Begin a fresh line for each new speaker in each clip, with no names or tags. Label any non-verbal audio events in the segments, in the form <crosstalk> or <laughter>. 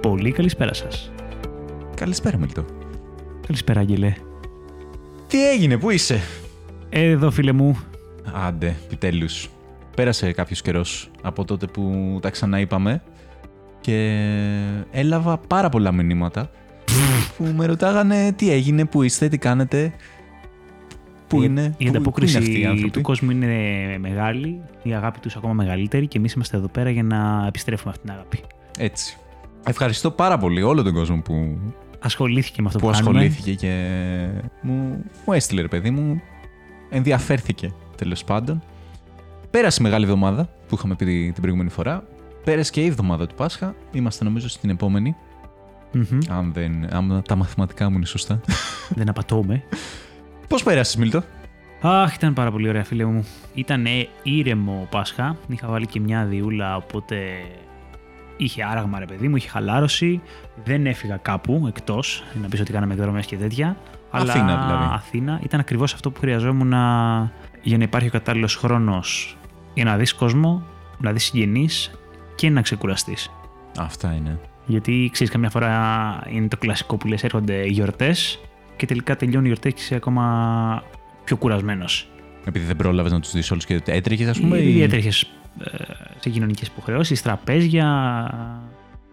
πολύ. Καλησπέρα σας.
Καλησπέρα, Μελτό.
Καλησπέρα, Άγγελε.
Τι έγινε, πού είσαι.
Ε, εδώ, φίλε μου.
Άντε, επιτέλους. Πέρασε κάποιος καιρός από τότε που τα ξαναείπαμε και έλαβα πάρα πολλά μηνύματα που με ρωτάγανε τι έγινε, πού είστε, τι κάνετε. Πού
Η-
είναι,
Η
πού-
ανταπόκριση
πού είναι αυτοί οι άνθρωποι.
του κόσμου είναι μεγάλη, η αγάπη τους ακόμα μεγαλύτερη και εμείς είμαστε εδώ πέρα για να επιστρέφουμε αυτή την αγάπη.
Έτσι. Ευχαριστώ πάρα πολύ όλο τον κόσμο που,
Ασχολήθηκε με αυτό που,
που
κάνουμε.
ασχολήθηκε και μου, μου έστειλε, ρε παιδί μου. Ενδιαφέρθηκε τέλος πάντων. Πέρασε η μεγάλη εβδομάδα που είχαμε πει την προηγούμενη φορά. Πέρασε και η εβδομάδα του Πάσχα. Είμαστε νομίζω στην επόμενη.
Μμμ.
Αν, δεν, αν τα μαθηματικά μου είναι σωστά. <laughs>
Δεν απατώμε.
Πώς πέρασες, Μίλτο.
Αχ, ήταν πάρα πολύ ωραία, φίλε μου. Ήταν ήρεμο ο Πάσχα. Είχα βάλει και μια διούλα, οπότε είχε άραγμα, ρε παιδί μου, είχε χαλάρωση. Δεν έφυγα κάπου εκτός. Να πεις ότι κάναμε εκδρομέ και τέτοια.
Αθήνα, δηλαδή.
Αθήνα ήταν ακριβώς αυτό που χρειαζόμουν να- για να υπάρχει ο κατάλληλος χρόνος για να δεις κόσμο, να δεις συγγενείς και να ξεκουραστείς.
Αυτά είναι.
Γιατί ξέρεις, καμιά φορά είναι το κλασικό που λες: έρχονται γιορτές και τελικά τελειώνει η γιορτέ και είσαι ακόμα πιο κουρασμένος.
Επειδή δεν πρόλαβες να τους δεις όλους και έτρεχες, ας πούμε.
Ή
ή-
Ήδη έτρεχε σε κοινωνικές υποχρεώσεις, τραπέζια.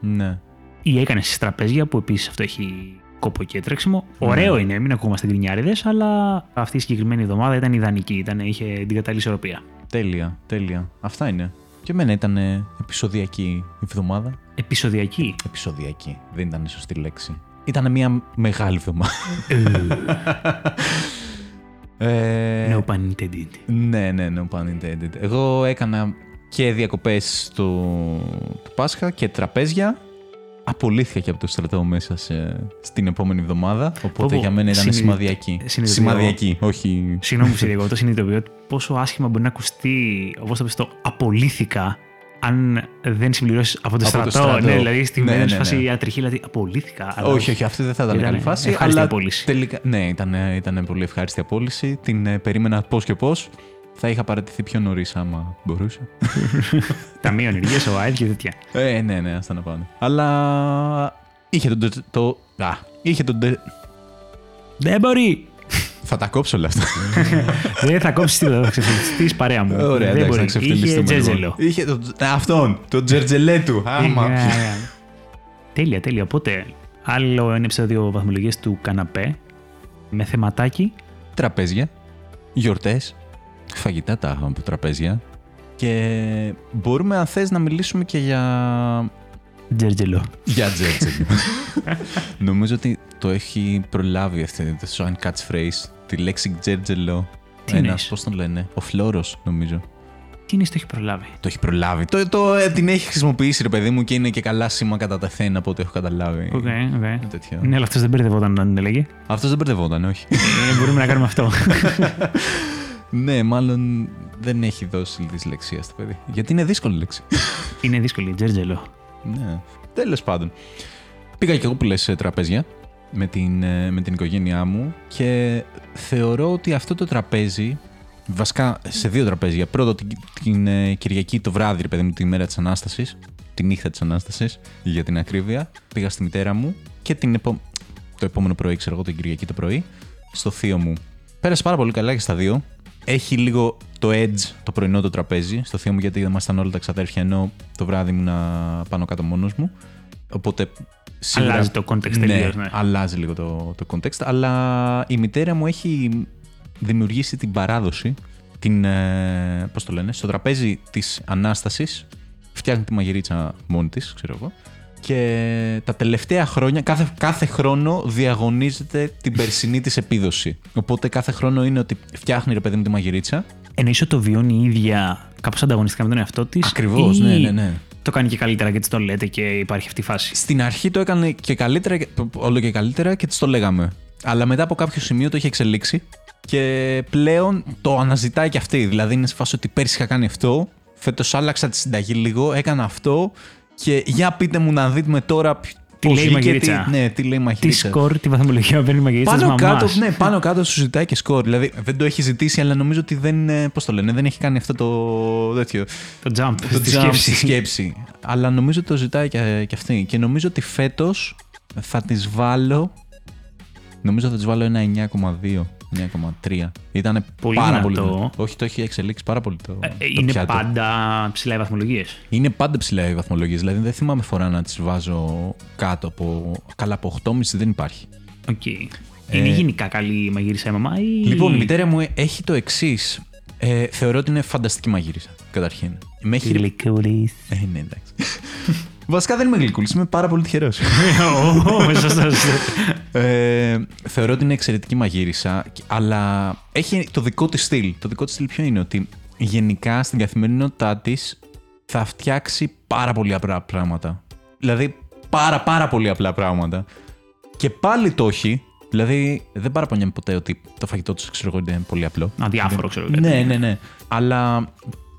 Ναι.
ή έκανε στις τραπέζια που επίσης αυτό έχει κόπο και έτρεξιμο.
Ναι.
Ωραίο είναι, μην ακούμαστε γκρινιάριδε, αλλά αυτή η συγκεκριμένη εβδομάδα ήταν ιδανική, ήταν, είχε την κατάλληλη ισορροπία.
Τέλεια, τέλεια. Αυτά είναι. Και εμένα ήταν ε, επεισοδιακή η εβδομάδα.
Επισοδιακή.
Επεισοδιακή. Δεν ήταν η σωστή λέξη. Ήταν μια μεγάλη εβδομάδα. ε,
No pun intended.
Ναι, ναι, no pun intended. Εγώ έκανα και διακοπές του, του Πάσχα και τραπέζια. Απολύθηκα και από το στρατό μέσα σε, στην επόμενη εβδομάδα. Οπότε
Πω,
για μένα ήταν
συνειδη-
σημαδιακή.
συνειδητοποιώ.
Σημαδιακή, όχι.
Συγγνώμη που σε διακόπτω, συνειδητοποιώ ότι πόσο άσχημα μπορεί να ακουστεί, όπως το πει το, απολύθηκα, αν δεν συμπληρώσεις από το
Από το
στρατό.
στρατό.
Ναι, δηλαδή στην
Ναι,
ναι,
ναι, ναι.
φάση η ατριχή, δηλαδή απολύθηκα. αλλά
Όχι, όχι, αυτή δεν θα ήταν
Ήτανε
καλή φάση.
ευχάριστη
Αλλά
απόλυση.
τελικά. Ναι, ήταν, ήταν πολύ ευχάριστη απόλυση. Την ε, περίμενα πώς και πώς. Θα είχα παρατηθεί πιο νωρίς άμα μπορούσα.
Ταμείο ενεργεία, ο ΑΕΛ και τέτοια.
Ε, ναι, ναι, άστα να πάνε. Αλλά είχε τον. τε- Το, α, είχε τον. τε-
Δεν μπορεί.
Θα τα κόψω όλα αυτά.
Δεν Ε, θα κόψεις τίποτα, θα ξεφυλιστείς παρέα μου. <laughs>
Ωραία,
Δεν
εντάξει, να
Είχε
ξεφτυλιστούμε.
τζέτζελο.
Είχε τον- ε, αυτόν, τον τζερτζελέτου. Άμα.
Ναι, ναι, ναι. Τέλεια, τέλεια. Οπότε, άλλο ένα επεισόδιο βαθμολογίε του καναπέ με θεματάκι.
Τραπέζια, γιορτές, φαγητά τα είχαμε από τραπέζια. Και μπορούμε, αν θες, να μιλήσουμε και για.
Τζέρτζελο.
Για τζέρτζελο. <laughs> Νομίζω ότι το έχει προλάβει αυτή το σαν catchphrase, τη λέξη τζέρτζελο.
Τι
Ένας,
εννοείς?
πώς τον λένε, ο Φλόρος, νομίζω.
Τι είναι, το έχει προλάβει.
Το έχει προλάβει. Το, το, ε, την έχει χρησιμοποιήσει, ρε παιδί μου, και είναι και καλά σήμα κατά τα θένα από ό,τι έχω καταλάβει.
Οκ, οκ.
Ε, Τέτοιο.
Ναι, αλλά αυτός δεν μπερδευόταν όταν την έλεγε.
Αυτός δεν μπερδευόταν,
<laughs>
όχι.
Ε, Μπορούμε να κάνουμε
<laughs>
αυτό.
ναι, μάλλον δεν έχει δώσει δυσλεξία στο παιδί. Γιατί είναι δύσκολη λέξη.
Είναι δύσκολη, τζέρτζελο.
ναι. Τέλος πάντων. Πήγα και εγώ που λες τραπέζια με την, ε, με την οικογένειά μου και θεωρώ ότι αυτό το τραπέζι. Βασικά σε δύο τραπέζια. Πρώτο την, την ε, Κυριακή το βράδυ, ρε παιδί μου, τη μέρα της Ανάστασης. Τη νύχτα της Ανάστασης, για την ακρίβεια. Πήγα στη μητέρα μου και την επο... το επόμενο πρωί, ξέρω εγώ, την Κυριακή το πρωί, στο θείο μου. Πέρασε πάρα πολύ καλά και στα δύο. Έχει λίγο το edge το πρωινό το τραπέζι στο θείο μου γιατί ήμασταν όλα τα ξαδέρφια ενώ το βράδυ ήμουν πάνω κάτω μόνος μου. Οπότε σίγουρα-
Αλλάζει το context τελείως, ναι.
αλλάζει λίγο το, το context, αλλά η μητέρα μου έχει δημιουργήσει την παράδοση, την, ε, πώς το λένε, στο τραπέζι της Ανάστασης, φτιάχνει τη μαγειρίτσα μόνη της, ξέρω εγώ, και τα τελευταία χρόνια, κάθε, κάθε χρόνο διαγωνίζεται την περσινή της επίδοση. Οπότε κάθε χρόνο είναι ότι φτιάχνει ρε παιδί μου τη μαγειρίτσα.
Εννοείς ότι το βιώνει η ίδια κάπως ανταγωνιστικά με τον εαυτό της.
Ακριβώς, ναι, ναι, ναι.
Το κάνει και καλύτερα και της το λέτε και υπάρχει αυτή η φάση.
Στην αρχή το έκανε και καλύτερα, και- όλο και καλύτερα και της το λέγαμε. Αλλά μετά από κάποιο σημείο το είχε εξελίξει και πλέον το αναζητάει και αυτή. Δηλαδή είναι σε φάση ότι πέρσι είχα κάνει αυτό, φέτος άλλαξα τη συνταγή λίγο, έκανα αυτό και για πείτε μου να δείτε τώρα ποιο-
Τι λέει η
βγήκε,
μαγειρίτσα.
τι- Ναι, τι λέει η
Τι
μαγειρίτσα.
σκορ, τη βαθμολογία παίρνει η μαγειρίτσα της
Πάνω
μαμάς.
κάτω, ναι, πάνω κάτω σου ζητάει και σκορ. Δηλαδή δεν το έχει ζητήσει, αλλά νομίζω ότι δεν. ε, Πώς το λένε, δεν έχει κάνει αυτό το. τέτοιο.
Το jump,
Το
στη
jump
σκέψη.
στη σκέψη. Αλλά νομίζω το ζητάει και, και αυτή. Και νομίζω ότι φέτος θα της βάλω. Νομίζω θα της βάλω ένα 9,2. 9,3. Ήταν
Πολύ
πάρα
δυνατό.
πολύ. δυνατό. Όχι, το έχει εξελίξει πάρα πολύ το.
Ε,
το
Είναι
πιάτο.
πάντα ψηλά οι βαθμολογίες.
Είναι πάντα ψηλά οι βαθμολογίες. Δηλαδή δεν θυμάμαι φορά να τις βάζω κάτω από. Καλά, από 8,5 δεν υπάρχει.
Οκ. Είναι γενικά καλή η μαγείρισα η μαμά ή...
Ε. Λοιπόν, η μητέρα μου έχει το εξής. Ε, θεωρώ ότι είναι φανταστική μαγείρισα, καταρχήν. Με έχει.
Γλυκούλης.
Ε, ναι, εντάξει. <laughs> Βασικά δεν είμαι γλυκούλης, είμαι πάρα πολύ τυχερός.
<laughs> Ω, σωστό, σωστό.
Ε, θεωρώ ότι είναι εξαιρετική μαγείρισα, αλλά έχει το δικό της στυλ. Το δικό της στυλ ποιο είναι, ότι γενικά στην καθημερινότητά της θα φτιάξει πάρα πολύ απλά πράγματα. Δηλαδή πάρα πάρα πολύ απλά πράγματα. Και πάλι το έχει. Δηλαδή δεν παραπονιέμαι ποτέ ότι το φαγητό τους ξέρω εγώ είναι πολύ απλό.
Αδιάφορο, ξέρω εγώ.
Ναι, ναι, ναι. Αλλά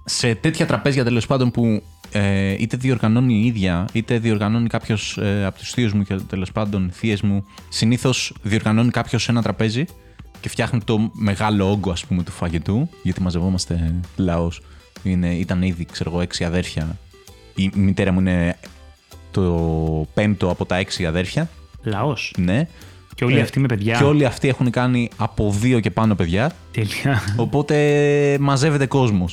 σε τέτοια τραπέζια τέλος πάντων που ε, είτε διοργανώνει η ίδια, είτε διοργανώνει κάποιος ε, από τους θείους μου και τέλος πάντων θείες μου, συνήθως διοργανώνει κάποιος ένα τραπέζι και φτιάχνει το μεγάλο όγκο ας πούμε του φαγητού, γιατί μαζευόμαστε λαός. Ήταν ήδη, ξέρω εγώ, έξι αδέρφια. Η μητέρα μου είναι το πέμπτο από τα έξι αδέρφια.
Λαός.
Ναι.
Και όλοι
Ε,
αυτοί με παιδιά.
Και όλοι αυτοί έχουν κάνει από δύο και πάνω παιδιά.
Τέλεια.
Οπότε μαζεύεται κόσμος.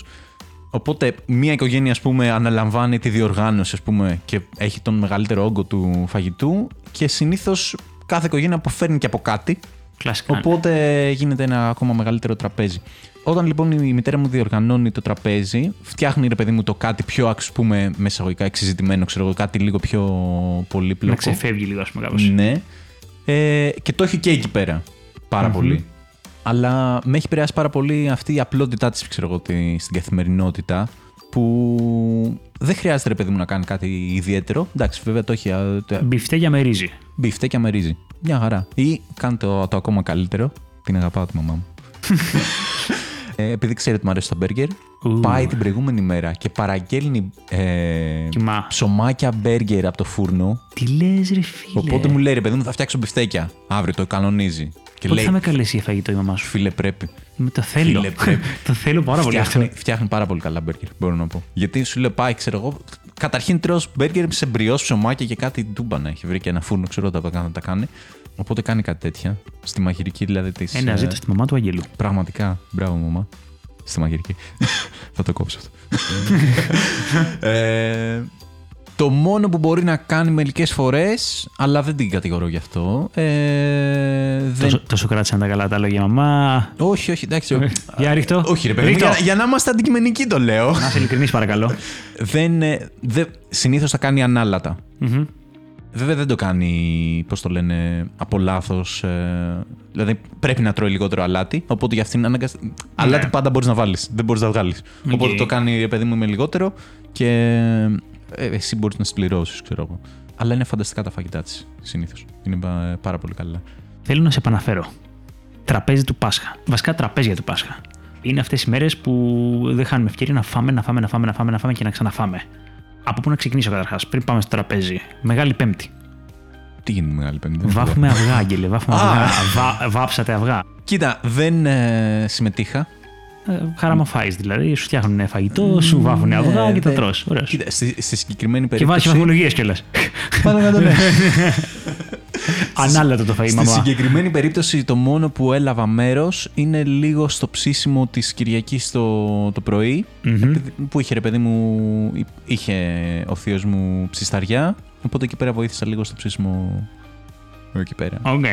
Οπότε μία οικογένεια, ας πούμε, αναλαμβάνει τη διοργάνωση, ας πούμε, και έχει τον μεγαλύτερο όγκο του φαγητού και συνήθως κάθε οικογένεια αποφέρνει και από κάτι.
Κλασικά.
Οπότε γίνεται ένα ακόμα μεγαλύτερο τραπέζι. Όταν λοιπόν η μητέρα μου διοργανώνει το τραπέζι, φτιάχνει ρε παιδί μου το κάτι πιο, ας πούμε, μεσαγωγικά εξειζητημένο, ξέρω εγώ, κάτι λίγο πιο
Να
πολύπλοκο.
ξεφεύγει λίγο, ας πούμε, κάπως.
λοιπόν- Ναι. Ε, και το έχει και εκεί πέρα. Πάρα πολύ. Αλλά με έχει επηρεάσει πάρα πολύ αυτή η απλότητά της, ξέρω εγώ, τη- στην καθημερινότητα. Που δεν χρειάζεται, ρε παιδί μου, να κάνει κάτι ιδιαίτερο. Εντάξει, βέβαια το έχει. α, Το...
Μπιφτέκια με ρύζι.
Μπιφτέκια με ρύζι. Μια χαρά. Ή κάνει το, το ακόμα καλύτερο. Την αγαπάω τη μαμά μου. ε, επειδή ξέρει ότι μου αρέσει το μπέργκερ,
Ου.
πάει την προηγούμενη μέρα και παραγγέλνει ε,
Κοιμά.
ψωμάκια μπέργκερ από το φούρνο
Τι λες ρε φίλε.
Οπότε μου λέει ρε παιδί μου, θα φτιάξω μπιφτέκια. Αύριο το κανονίζει. Και
Πότε
λέει,
θα με καλέσει για φαγητό η μαμά σου.
φίλε, πρέπει.
Με το θέλω.
Φίλε, πρέπει.
<laughs> το θέλω πάρα πολύ αυτό.
Φτιάχνει, φτιάχνει πάρα πολύ καλά μπέργκερ, μπορώ να πω. Γιατί σου λέει, πάει, ξέρω εγώ. Καταρχήν τρώω μπέργκερ σε μπριός, ψωμάκια και κάτι ντούμπα να έχει βρει και ένα φούρνο, ξέρω τα να τα κάνει. Οπότε κάνει κάτι τέτοια. Στη μαγειρική δηλαδή της.
Ένα ζήτα στη μαμά του Αγγελού.
Ναι. Πραγματικά. Μπράβο, μαμά. Στη μαγειρική. <laughs> Θα το
<laughs>
κόψω αυτό. ε, το μόνο που μπορεί να κάνει μερικές φορές, αλλά δεν την κατηγορώ γι' αυτό. Ε, δεν...
Τόσο, τόσο κράτησαν τα καλά τα λόγια μαμά.
Όχι, όχι, εντάξει.
Για ρίχτω.
<laughs> όχι, ρε παιδί. μου,
Ρίχτω.
Για, για να είμαστε αντικειμενικοί το λέω.
Να είσαι ειλικρινής παρακαλώ.
δεν, ε, δεν, συνήθως τα κάνει ανάλατα.
Μμμ.
Βέβαια δεν το κάνει, πώς το λένε, από λάθος. δηλαδή πρέπει να τρώει λιγότερο αλάτι. Οπότε για αυτήν αναγκαστικά. Αλάτι πάντα μπορείς να βάλεις. Δεν μπορείς να βγάλεις.
Οκ.
Οπότε το κάνει, ρε παιδί μου, με λιγότερο και ε, εσύ μπορείς να συμπληρώσεις, ξέρω εγώ. Αλλά είναι φανταστικά τα φαγητά της συνήθως. Είναι πα- πάρα πολύ καλά.
Θέλω να σε επαναφέρω. Τραπέζι του Πάσχα. Βασικά τραπέζια του Πάσχα. Είναι αυτές οι μέρες που δεν χάνουμε ευκαιρία να φάμε, να φάμε, να φάμε, να φάμε, να φάμε και να ξαναφάμε. Από πού να ξεκινήσω καταρχάς, πριν πάμε στο τραπέζι. Μεγάλη Πέμπτη.
Τι γίνεται μεγάλη πέμπτη. δεν θυμάμαι.
Βάφουμε αυγά, Άγγελε. Βάφουμε
Ναι. Α.
αυγά. Βά, βάψατε αυγά.
Κοίτα, δεν ε, συμμετείχα.
Ε, Χαράμα φάει δηλαδή. Σου φτιάχνουν φαγητό, σου βάφουν αυγά
Ε,
και τα
δε-
τρώ.
Κοίτα, στη, στη συγκεκριμένη
Και βάζεις
περίπτωση.
βαθμολογίες κιόλας.
<laughs> πάνω κάτω, ναι.
Ανάλατο το φαγητό.
<laughs> Στη συγκεκριμένη περίπτωση το μόνο που έλαβα μέρος είναι λίγο στο ψήσιμο της Κυριακής το, το πρωι επειδή- που είχε ρε παιδί μου, εί- είχε ο θείος μου ψισταριά οπότε εκεί πέρα βοήθησα λίγο στο ψήσιμο εκεί πέρα.
Οκ.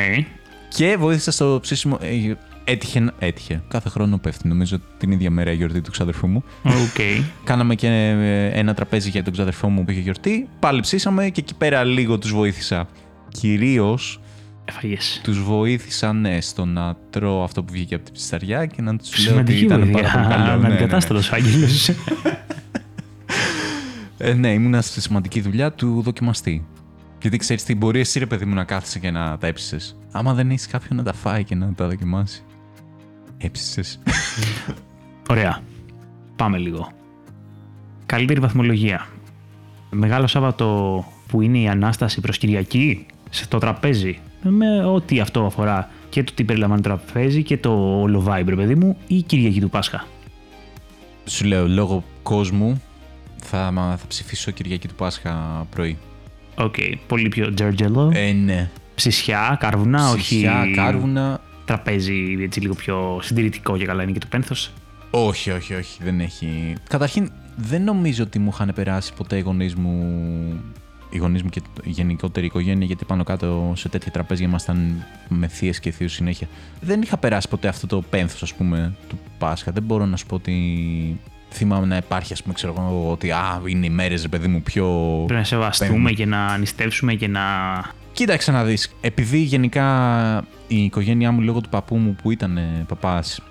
Και βοήθησα στο ψήσιμο, ε, έτυχε, να- έτυχε, κάθε χρόνο πέφτει νομίζω την ίδια μέρα η γιορτή του ξαδερφού μου.
Οκ.
Κάναμε και ε, ένα τραπέζι για τον ξαδερφό μου που είχε γιορτή, πάλι ψήσαμε και εκεί πέρα λίγο τους βοήθησα. Κυρίως
Έφαγες.
τους βοήθησαν ναι, στο να τρώω αυτό που βγήκε από την ψισταριά και να τους λέω ότι
Σημαντική
ήταν
βοήθεια.
πάρα πολύ καλό. Ναι, ναι, ναι.
Αναντικατάστατο Άγγελο.
Ε, ναι, ήμουνα στη σημαντική δουλειά του δοκιμαστή. Γιατί ξέρεις τι μπορείς εσύ ρε παιδί μου να κάθεσαι και να τα έψησες. Άμα δεν έχεις κάποιον να τα φάει και να τα δοκιμάσει. Έψησες.
Ωραία. Πάμε λίγο. Καλύτερη βαθμολογία. Μεγάλο Σάββατο που είναι η Ανάσταση προς Κυριακή σε το τραπέζι. Με ό,τι αυτό αφορά και το τι περιλαμβάνει το τραπέζι και το όλο vibe, ρε παιδί μου, ή Κυριακή του Πάσχα.
Σου λέω, λόγω κόσμου θα, μα- θα ψηφίσω Κυριακή του Πάσχα πρωί.
Οκ, πολύ πιο τζερτζελο.
Ε, ναι.
ψησιά, καρβουνά,
Ψυχιά,
όχι
κάρβουνα.
τραπέζι, έτσι λίγο πιο συντηρητικό και καλά είναι και το πένθος.
Όχι, όχι, όχι, δεν έχει. Καταρχήν, δεν νομίζω ότι μου είχαν περάσει ποτέ οι γονείς μου, οι γονείς μου και το- η γενικότερη οικογένεια, γιατί πάνω κάτω σε τέτοια τραπέζια ήμασταν με θείες και θείου συνέχεια. Δεν είχα περάσει ποτέ αυτό το πένθος, ας πούμε, του Πάσχα. Δεν μπορώ να σου πω ότι θυμάμαι να υπάρχει, ας πούμε, ξέρω εγώ, ότι α, είναι οι μέρες, παιδί μου, πιο.
Πρέπει να σεβαστούμε
Παίρνουμε.
και να νηστεύσουμε και να.
Κοίταξε να δεις. Επειδή γενικά η οικογένειά μου λόγω του παππού μου που ήταν ε, παπάς,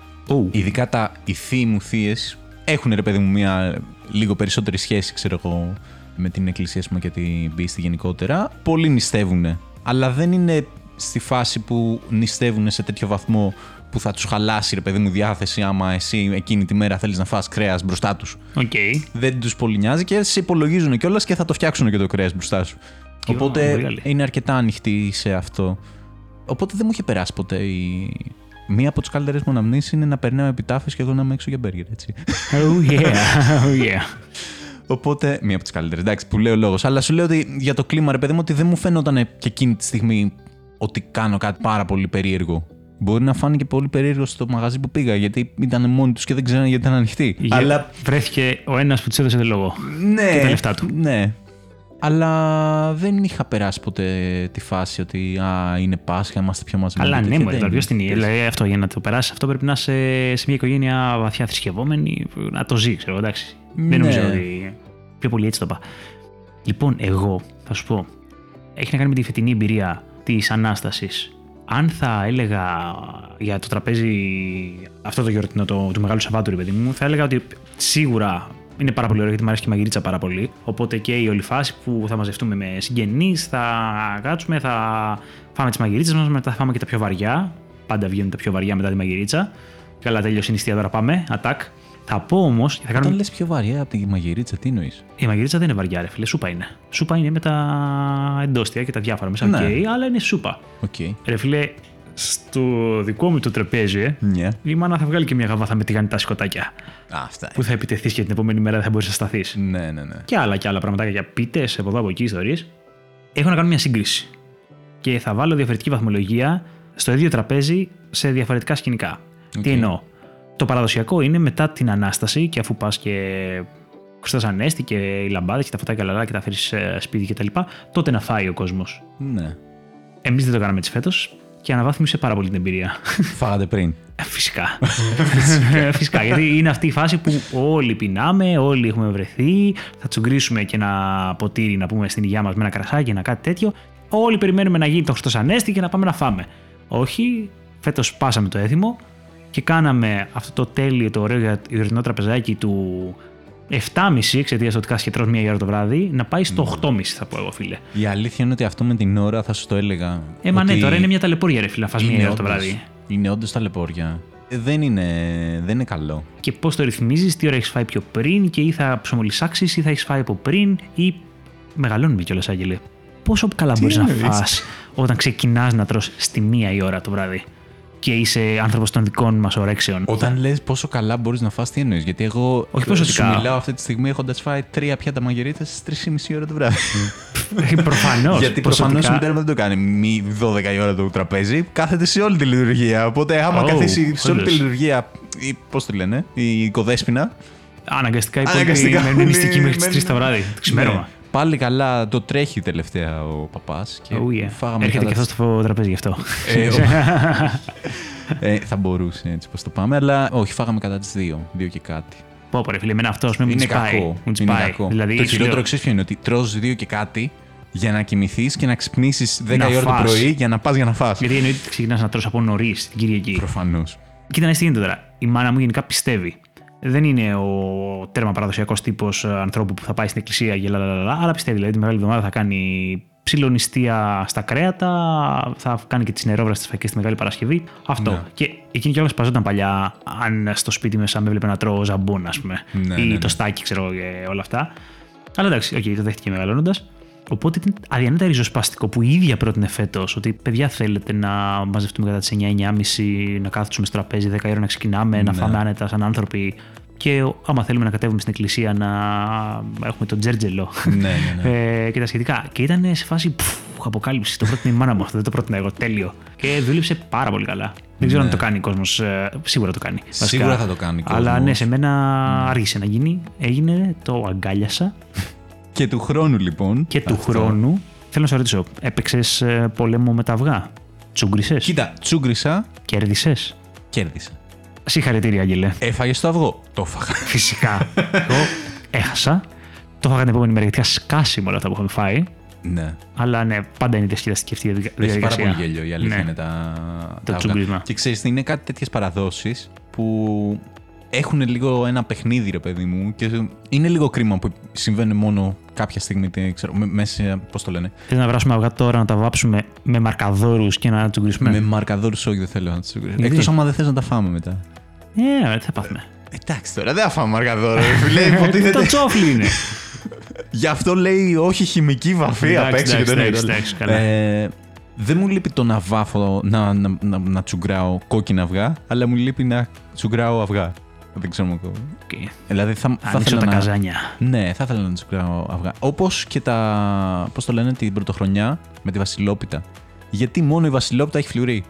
ειδικά τα οι θείοι μου θείες, έχουν ρε παιδί μου μια λίγο περισσότερη σχέση ξέρω εγώ με την εκκλησία ας πούμε, και την πίστη γενικότερα. Πολλοί νηστεύουν. Αλλά δεν είναι στη φάση που νηστεύουν σε τέτοιο βαθμό που θα τους χαλάσει ρε παιδί μου η διάθεση άμα εσύ εκείνη τη μέρα θέλεις να φας κρέας μπροστά τους
Οκ.
δεν τους πολύ νοιάζει και σε υπολογίζουν κιόλας και θα το φτιάξουν και το κρέας μπροστά σου.
Και
Οπότε
πολύ καλή.
είναι αρκετά ανοιχτή σε αυτό. Οπότε δεν μου είχε περάσει ποτέ η. Μία από τις καλύτερες μου αναμνήσεις είναι να περνάω επιτάφες και εγώ να είμαι έξω για μπέργκερ, έτσι. <laughs>
Oh yeah, <laughs> oh yeah.
Οπότε. Μία από τις καλύτερες. Εντάξει, που λέει ο λόγος. Αλλά σου λέω ότι για το κλίμα, ρε παιδί μου, ότι δεν μου φαίνονταν ε, και εκείνη τη στιγμή ότι κάνω κάτι πάρα πολύ περίεργο. Μπορεί να φάνηκε πολύ περίεργο στο μαγαζί που πήγα, γιατί ήταν μόνοι τους και δεν ξέρανε γιατί ήταν ανοιχτοί.
Για- Βρέθηκε ο ένας που της έδωσε το λόγο.
Ναι.
Και τα λεφτά του.
Ναι. Αλλά δεν είχα περάσει ποτέ τη φάση ότι α, είναι Πάσχα, είμαστε πιο μαζεμένοι.
Αλλά
και
ναι,
τέτοια.
μου
Δεν
τώρα ποιο
είναι.
την λέει αυτό για να το περάσεις αυτό πρέπει να είσαι σε μια οικογένεια βαθιά θρησκευόμενη, να το ζει, ξέρω εντάξει.
Ναι.
Δεν νομίζω ότι. Πιο πολύ έτσι το πά. Λοιπόν, εγώ θα σου πω. Έχει να κάνει με τη φετινή εμπειρία της Ανάστασης. Αν θα έλεγα για το τραπέζι αυτό το γιορτινό, το, του Μεγάλου Σαββάτου, ρε παιδί μου, θα έλεγα ότι σίγουρα είναι πάρα πολύ ωραίο γιατί μου αρέσει και η μαγειρίτσα πάρα πολύ. Οπότε και η όλη φάση που θα μαζευτούμε με συγγενείς, θα κάτσουμε, θα φάμε τις μαγειρίτσες μας, μετά θα φάμε και τα πιο βαριά. Πάντα βγαίνουν τα πιο βαριά μετά τη μαγειρίτσα. Καλά, τέλειωσε η νηστεία, τώρα πάμε. Ατάκ. Θα πω όμως. Θα κάνουμε...
Όταν λες πιο βαριά από τη μαγειρίτσα, τι νοεί.
Η μαγειρίτσα δεν είναι βαριά, ρε φίλε. Σούπα είναι. Σούπα είναι με τα εντόστια και τα διάφορα μέσα.
Ναι.
οκ, αλλά είναι σούπα.
Οκ.
Ρε φίλε, στο δικό μου το τραπέζι, ε,
Ναι.
η μάνα θα βγάλει και μια γαβάθα με τηγανιτά σκοτάκια.
Α, αυτά.
Που θα επιτεθείς και την επόμενη μέρα δεν θα μπορείς να σταθείς.
Ναι, ναι, ναι.
Και άλλα και άλλα πραγματάκια για πίτες, από εδώ από εκεί ιστορίες. Έχω να κάνω μια σύγκριση. Και θα βάλω διαφορετική βαθμολογία στο ίδιο τραπέζι σε διαφορετικά σκηνικά.
Οκ.
Τι εννοώ. Το παραδοσιακό είναι μετά την Ανάσταση και αφού πας και Χριστό Ανέστη και οι λαμπάδες και τα φωτάκια λαλά και τα φέρεις σπίτι κτλ. Τότε να φάει ο κόσμος.
Ναι.
Εμείς δεν το κάναμε έτσι φέτος και αναβάθμισε πάρα πολύ την εμπειρία.
Φάγατε πριν.
Ε, Φυσικά. Ε, Φυσικά. Γιατί είναι αυτή η φάση που όλοι πεινάμε, όλοι έχουμε βρεθεί. Θα τσουγκρίσουμε και ένα ποτήρι να πούμε στην υγειά μας με ένα κρασάκι, ένα κάτι τέτοιο. Όλοι περιμένουμε να γίνει το Χριστός Ανέστη και να πάμε να φάμε. Όχι, φέτος πάσαμε το έθιμο και κάναμε αυτό το τέλειο, το ωραίο για- γιορτινό τραπεζάκι του 7.30 εξαιτίας του ότι κάθε τρως μία ώρα το βράδυ, να πάει
Ναι.
στο 8.30 θα πω εγώ, φίλε.
Η αλήθεια είναι ότι αυτό με την ώρα θα σου το έλεγα.
Ε, μα ναι,
ότι
τώρα είναι μια ταλαιπωρία, ρε φίλε, να φας μία ώρα το
όντως-
βράδυ.
Είναι όντως ταλαιπώρια. Ε, Δεν είναι, δεν είναι καλό.
και πώς το ρυθμίζεις, τι ώρα έχεις φάει πιο πριν και ή θα ψωμολυσάξεις ή θα έχεις φάει από πριν ή. Μεγαλώνουμε κιόλας, Άγγελε. Πόσο καλά μπορείς να
εννοείς?
φας όταν ξεκινάς να τρως στη μία η ώρα το βράδυ και είσαι άνθρωπος των δικών μας ορέξεων.
Όταν λες πόσο καλά μπορείς να φας, τι εννοείς. Γιατί εγώ
Όχι
σου
ποσοτικά.
μιλάω αυτή τη στιγμή έχοντας φάει τρία πιάτα μαγειρίτσα στι 3,5 ώρα το βράδυ.
Ναι,
<laughs>
Ε, Προφανώς.
Γιατί προφανώς η μητέρα μου δεν το κάνει. Μη 12 η ώρα το τραπέζι, κάθεται σε όλη τη λειτουργία. Οπότε, άμα
Oh,
καθίσει σε όλη τη
όντως.
λειτουργία, πώς τη λένε, η οικοδέσπινα.
Αναγκαστικά η υπόλοιπη
Αναγκαστικά <laughs>
μένουν
όλοι
μυστική μέχρι τις 3
μένουν-
το βράδυ, το ξημέρωμα.
Ναι. Πάλι καλά το τρέχει τελευταία ο παπάς. Και
Oh yeah.
Ε, φάγαμε
Έρχεται
καλά
και αυτός
τις-
στο τραπέζι γι' αυτό. <laughs>
Ε, ο- ε, θα μπορούσε έτσι πώ το πάμε, αλλά όχι, φάγαμε κατά τις 2, 2 και κάτι.
Πω πω ρε φίλε, εμένα αυτός ας πούμε, μου
Είναι
τσπάει.
κακό.
Μου
Είναι
τσπάει.
κακό.
Δηλαδή,
το
σου λέω,
χειρότερο εξή ποιο είναι ότι τρως δύο και κάτι για να κοιμηθείς και να ξυπνήσεις 10
Να
η ώρα το
φας.
πρωί για να πας για να φας.
Γιατί εννοείται ότι ξεκινάς να τρως από νωρίς την Κυριακή.
Προφανώς.
Κοίτα να δεις τι γίνεται τώρα. Η μάνα μου γενικά πιστεύει. Δεν είναι ο τέρμα παραδοσιακός τύπος ανθρώπου που θα πάει στην εκκλησία και λαλαλαλα, αλλά πιστεύει. Δηλαδή τη μεγάλη εβδομάδα θα κάνει ψιλονιστία στα κρέατα, θα κάνει και τις νερόβρε τη φακέ τη Μεγάλη Παρασκευή. Αυτό.
Ναι.
Και εκείνη κιόλας παζόταν παλιά, αν στο σπίτι μέσα με έβλεπε να τρώω ζαμπόν, ας πούμε,
Ναι,
ή
ναι, ναι.
το στάκι, ξέρω και όλα αυτά. Αλλά εντάξει, okay, το δέχτηκε μεγαλώνοντας. Οπότε ήταν αδιανέτα ριζοσπαστικό που η ίδια πρότεινε φέτος ότι παιδιά θέλετε να μαζευτούμε κατά τις 9-9.30, να κάθισουμε στο τραπέζι 10 ώρα να ξεκινάμε, να
Ναι.
φάμε άνετα σαν άνθρωποι. Και ο- άμα θέλουμε να κατέβουμε στην εκκλησία να έχουμε τον τζέρτζελο
ναι, ναι. ναι.
<laughs> ε, και τα σχετικά. Και ήταν σε φάση πφ, αποκάλυψη. Το πρότεινε η μάνα μου αυτό, δεν το πρότεινα εγώ. Τέλειο. Και δούλεψε πάρα πολύ καλά. Δεν ξέρω
Ναι.
αν το κάνει ο κόσμος. σίγουρα το κάνει. βασικά.
Σίγουρα θα το κάνει ο Mm.
Αλλά
κόσμος.
ναι, σε μένα άργησε να γίνει. Έγινε, το αγκάλιασα.
Και του χρόνου λοιπόν.
Και του
αυτό.
χρόνου. Θέλω να σε ρωτήσω, έπαιξες πολέμο με τα αυγά. Τσούγκρισες.
Κοίτα, τσούγκρισα,
Κέρδισες.
κέρδισα.
Συγχαρητήρια, Άγγελε.
Έφαγες το αυγό. Το φάγα.
Φυσικά. Εγώ <laughs> έχασα. Το φάγα την επόμενη μέρα γιατί είχα σκάσει με όλα αυτά που είχαμε φάει.
ναι.
Αλλά ναι, πάντα είναι διασκεδαστική αυτή η διαδικα-
Έχει
διαδικασία.
πάρα πολύ γέλιο η αλήθεια
Ναι.
είναι τα,
Το
τα αυγά.
τσούγκρισμα.
Και ξέρεις, είναι κάτι τέτοιες παραδόσεις που έχουν λίγο ένα παιχνίδι ρε παιδί μου και είναι λίγο κρίμα που συμβαίνει μόνο κάποια στιγμή, τι ξέρω, με- μέσα, πώς το λένε,
Θες να βράσουμε αυγά τώρα, να τα βάψουμε με μαρκαδόρους και να τσουγκρίσουμε.
με μαρκαδόρους όχι δεν θέλω να τους τσούγκρισω.
Γιατί?
Εκτός άμα δεν θες να τα φάμε μετά.
Ε, τι θα πάθουμε. Ε,
Εντάξει τώρα, δεν θα φάμε μαρκαδόρους, <laughs> φίλε,
το τσόφλι
<laughs>
είναι.
Γι' αυτό λέει όχι χημική βαφή
Εντάξει,
απ' έξω και
εντάξει,
δεν
εντάξει,
είναι.
εντάξει, καλά.
Ε, δεν μου λείπει το να βάφω, να, να, να, να τσουγκράω κόκκινα αυγά, αλλά μου λείπει να τσουγκράω αυγά. Δεν ξέρω ακόμα.
Οκ.
Δηλαδή θα, θα
Ανοίξω
ήθελα
τα
να...
καζάνια.
Ναι, θα ήθελα να τσουγκράω αυγά. Όπως και τα. Πώς το λένε, την πρωτοχρονιά με τη Βασιλόπιτα. Γιατί μόνο η Βασιλόπιτα έχει φλουρί.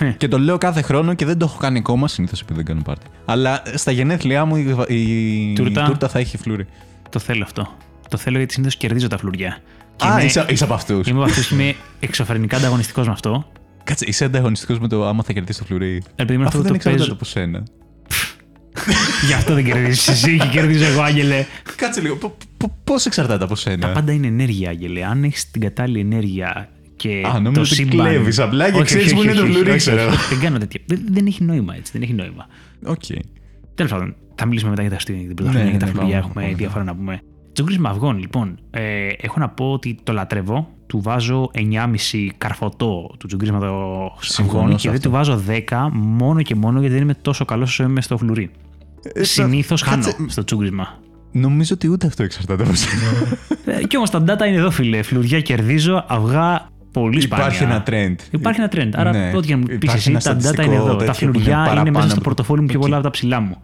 Ε.
και το λέω κάθε χρόνο και δεν το έχω κάνει ακόμα συνήθως επειδή δεν κάνω πάρτι. Αλλά στα γενέθλιά μου η, βα- η...
Τούρτα.
η τούρτα θα έχει φλουρί.
Το θέλω αυτό. Το θέλω γιατί συνήθως κερδίζω τα φλουριά. Και
Α,
είμαι-
είσαι, είσαι από αυτούς.
ε. Είμαι από αυτούς που είμαι εξωφρενικά ανταγωνιστικός με αυτό.
Κάτσε, είσαι ανταγωνιστικός με το άμα θα κερδίσεις το φλουρί.
Επειδή ήμουν αυτό
Αυτό
που
δεν
το
εξαρτάται
παίζω.
από σένα.
Γι' αυτό δεν κερδίζεις εσύ και κερδίζω εγώ, Άγγελε.
Κάτσε λίγο. Πώς εξαρτάται από σένα.
Τα πάντα είναι ενέργεια, Άγγελε. Αν έχεις την κατάλληλη ενέργεια και
Α, νόμιζα
το
ότι
σύμπαν.
κλέβεις απλά και
Όχι,
ξέρεις
όχι,
που είναι
όχι,
το
όχι,
φλουρί,
όχι,
ξέρω.
όχι. Δεν κάνω τέτοια. Δεν δεν έχει νόημα έτσι. Δεν έχει νόημα.
Οκ.
Τέλος πάντων, θα μιλήσουμε μετά για τα Χριστούγεννα και την πρωτοχρονιά
Ναι,
και τα
ναι,
φλουριά.
πάμε,
Έχουμε
πάμε.
διάφορα να πούμε. Τσούγκρισμα αυγών, λοιπόν. Ε, έχω να πω ότι το λατρεύω. Του βάζω 9,5 καρφωτό του τσουγκρίσματο
Συμφωνώ
αυγών
σε
και δεν
αυτό.
του βάζω 10 μόνο και μόνο γιατί δεν είμαι τόσο καλός όσο είμαι στο φλουρί. Συνήθως χάνω
Ε, κάτσε.
στο τσούγκρισμα.
Νομίζω ότι ούτε αυτό εξαρτάται από
<laughs>
σένα.
Ε, Κι όμως τα data είναι εδώ, φίλε. Φλουριά κερδίζω, αυγά πολύ σπάνια.
Υπάρχει ένα trend.
Υπάρχει ένα trend. Άρα,
Ναι.
ό,τι και να μου πεις
Υπάρχει
εσύ,
ένα
τα data
στατιστικό
είναι εδώ. Τα
τέτοιο που είναι
φλουριά είναι,
παραπάνω
μέσα στο
από-
πορτοφόλι μου πιο
Εκεί.
πολλά από τα ψηλά μου.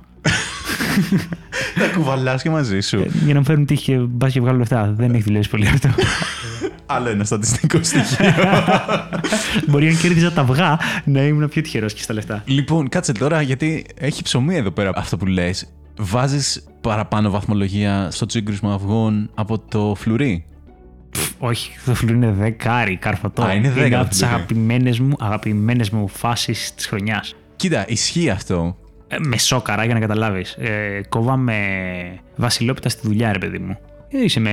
Τα κουβαλάς και μαζί σου.
Για να μου φέρουν τύχη και μπας και βγάλω λεφτά. Δεν έχει δουλέψει πολύ
<laughs>
αυτό.
Άλλο ένα
<laughs>
στατιστικό στοιχείο.
Μπορεί αν κέρδιζα τα αυγά να ήμουν πιο τυχερός και στα λεφτά.
λοιπόν, κάτσε τώρα γιατί έχει ψωμί εδώ πέρα αυτό που λες. Βάζεις παραπάνω βαθμολογία στο τσίγκρισμα αυγών από το φλουρί.
Όχι, το φλουρί είναι δεκάρι, καρφωτό.
Α, είναι δέκα
Είναι
το
από τις
φλουρί.
αγαπημένες μου, αγαπημένες μου φάσεις της χρονιάς.
Κοίτα, ισχύει αυτό.
Ε, με σόκαρα για να καταλάβεις. Ε, κόβαμε βασιλόπιτα στη δουλειά, ρε παιδί μου. Ε, Είσαι με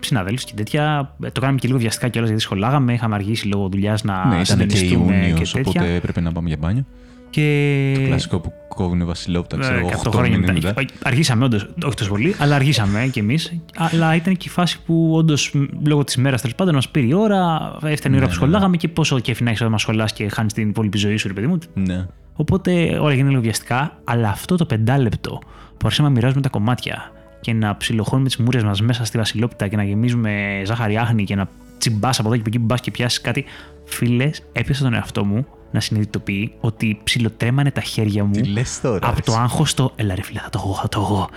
συναδέλφους και τέτοια. Ε, Το κάναμε και λίγο βιαστικά κιόλας γιατί σχολάγαμε. Είχαμε αργήσει λόγω δουλειάς να
ναι, ήταν και
συντονιστούμε
Ιούνιο,
και τέτοια.
οπότε έπρεπε να πάμε για μπάνιο.
Και...
Κλασικό που κόβουνε βασιλόπτα, ξέρω
Ε,
εγώ,
100
8
χρόνια
μήνες
μετά.
μετά.
Όχι, Αργήσαμε όντως, όχι τόσο πολύ, αλλά αργήσαμε κι εμείς. Αλλά ήταν και η φάση που όντως λόγω της ημέρας τέλος πάντων μας πήρε η ώρα, έφτανε
Ναι,
η ώρα που σχολάγαμε και πόσο κέφι να έχεις όταν μας σχολάς και χάνεις την υπόλοιπη ζωή σου, ρε παιδί μου.
Ναι.
Οπότε όλα γίνανε λίγο βιαστικά, αλλά αυτό το πεντάλεπτο που άρχισαμε να μοιράζουμε τα κομμάτια και να ψιλοχώνουμε τις μούρες μας μέσα στη Βασιλόπιτα και να γεμίζουμε ζάχαρη άχνη και να τσιμπάς από εδώ και από εκεί, μπας και πιάσεις κάτι. Φίλες, έπιασα τον εαυτό μου να συνειδητοποιεί ότι ψιλοτρέμανε τα χέρια μου.
Τι λες τώρα.
Από το
ρε.
άγχος το. Ελά, ρε φίλε, θα το εγώ, θα το εγώ.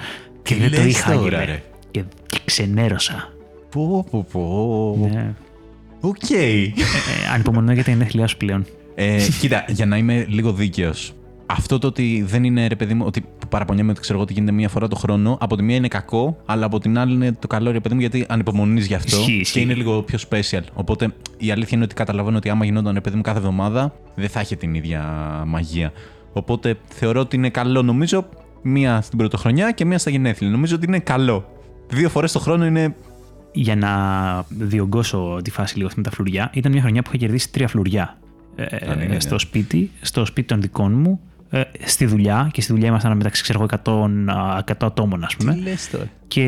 Και
Τι
δεν το
λες
είχα
τώρα,
Άγγελε.
ρε.
Και, και ξενέρωσα.
Πω, πω, πω.
Ναι.
Οκ.
Ε, ανυπομονώ για τα γενέθλιά σου πλέον.
Ε, κοίτα, για να είμαι λίγο δίκαιος. Αυτό το ότι δεν είναι ρε παιδί μου, ότι παραπονιέμαι ότι ξέρω εγώ ότι γίνεται μία φορά το χρόνο, από τη μία είναι κακό, αλλά από την άλλη είναι το καλό ρε παιδί μου, γιατί ανυπομονείς γι' αυτό.
Ισχύει,
και
ισχύει.
είναι λίγο πιο special. Οπότε η αλήθεια είναι ότι καταλαβαίνω ότι άμα γινόταν ρε παιδί μου κάθε εβδομάδα, δεν θα είχε την ίδια μαγεία. Οπότε θεωρώ ότι είναι καλό, νομίζω, μία στην πρωτοχρονιά και μία στα γενέθλια. Νομίζω ότι είναι καλό. Δύο φορές το χρόνο είναι.
Για να διωγγώσω τη φάση λίγο αυτή με τα φλουριά, ήταν μια χρονιά που είχα κερδίσει τρία φλουριά. Ε,
ναι, ναι.
στο σπίτι, στο σπίτι των δικών μου, ε, στη δουλειά και στη δουλειά ήμασταν μεταξύ ξέρω, εγώ, 100, 100 ατόμων, ας πούμε.
λες τώρα.
Και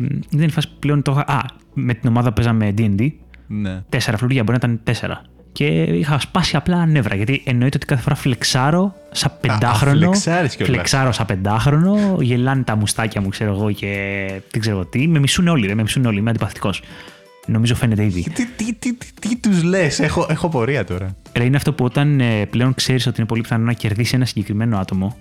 ε, ήταν η φάση που πλέον το είχα. Α, με την ομάδα που παίζαμε DD,
Ναι.
τέσσερα φλουριά, μπορεί να ήταν τέσσερα. και είχα σπάσει απλά νεύρα. Γιατί εννοείται ότι κάθε φορά φλεξάρω σαν πεντάχρονο.
φλεξάρεις κιόλας.
Φλεξάρω σαν πεντάχρονο, γελάνε τα μουστάκια μου, ξέρω εγώ και δεν ξέρω τι. Με μισούν όλοι, ρε, με μισούν όλοι. Είμαι αντιπαθητικός. Νομίζω φαίνεται ήδη.
Τι, τι, τι, τι, τι τους λες, έχω, έχω πορεία τώρα.
Ρε, είναι αυτό που όταν ε, πλέον ξέρεις ότι είναι πολύ πιθανό να κερδίσει ένα συγκεκριμένο άτομο,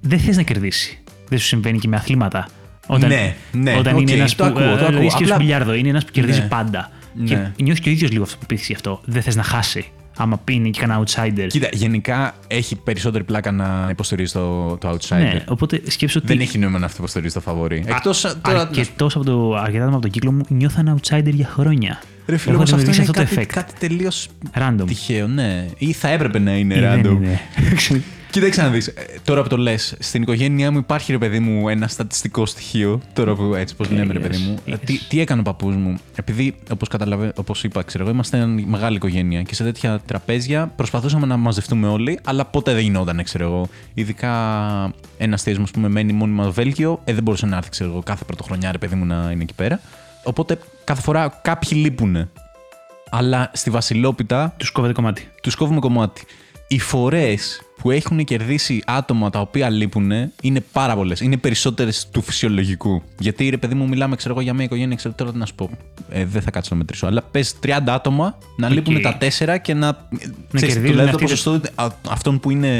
δεν θες να κερδίσει. Δεν σου συμβαίνει και με αθλήματα. Όταν,
Ναι, ναι,
όταν
οκ,
είναι ένας
το
που.
ακούω, το
ε,
ακούω.
ίσχυος
Απλά-
μπιλιάρδο, είναι ένας που κερδίζει
Ναι.
πάντα.
Ναι.
Και νιώθει και ο ίδιος λίγο αυτοπεποίθηση γι' αυτό. Δεν θες να χάσει. Άμα πίνει και κανένα outsider.
Κοίτα, γενικά έχει περισσότερη πλάκα να υποστηρίζει το, το outsider.
ναι, οπότε σκέψω ότι.
Δεν έχει νόημα να υποστηρίζει το φαβορή. Εκτό τώρα.
αρκετός από το, αρκετά άτομα από τον κύκλο μου νιώθαν outsider για χρόνια.
Ρε φίλε,
Έχω
όμως αυτό
δημιουργήσει
είναι
αυτό το
κάτι,
effect.
κάτι τελείως
Random.
τυχαίο, ναι. Ή θα έπρεπε να είναι
Ή δεν
random.
<laughs> είναι.
Κοίταξε να δεις. Τώρα που το λες, στην οικογένειά μου υπάρχει ρε παιδί μου ένα στατιστικό στοιχείο. Τώρα που έτσι, πώ λέμε ρε
yes,
παιδί μου.
yes.
Τι, τι έκανε ο παππούς μου. Επειδή, όπως όπως είπα, ξέρω εγώ, είμαστε μια μεγάλη οικογένεια και σε τέτοια τραπέζια προσπαθούσαμε να μαζευτούμε όλοι, αλλά ποτέ δεν γινόταν, ξέρω εγώ. Ειδικά ένα θείο μου, α πούμε, μένει μόνιμα στο Βέλγιο, ε, δεν μπορούσε να έρθει, ξέρω εγώ, κάθε πρωτοχρονιά ρε παιδί μου να είναι εκεί πέρα. Οπότε κάθε φορά κάποιοι λείπουν. Αλλά στη Βασιλόπιτα
Τους κόβεται κομμάτι.
τους κόβουμε κομμάτι. Οι φορές που έχουν κερδίσει άτομα τα οποία λείπουν είναι πάρα πολλές. Είναι περισσότερες του φυσιολογικού. Γιατί ρε παιδί μου, μιλάμε ξέρω εγώ, για μια οικογένεια, ξέρω τώρα τι να σου πω. Ε, δεν θα κάτσω να μετρήσω. Αλλά πες 30 άτομα να λείπουν τα 4 και να.
κερδίζουν
δηλαδή το
αυτοί τους.
ποσοστό α- αυτών που είναι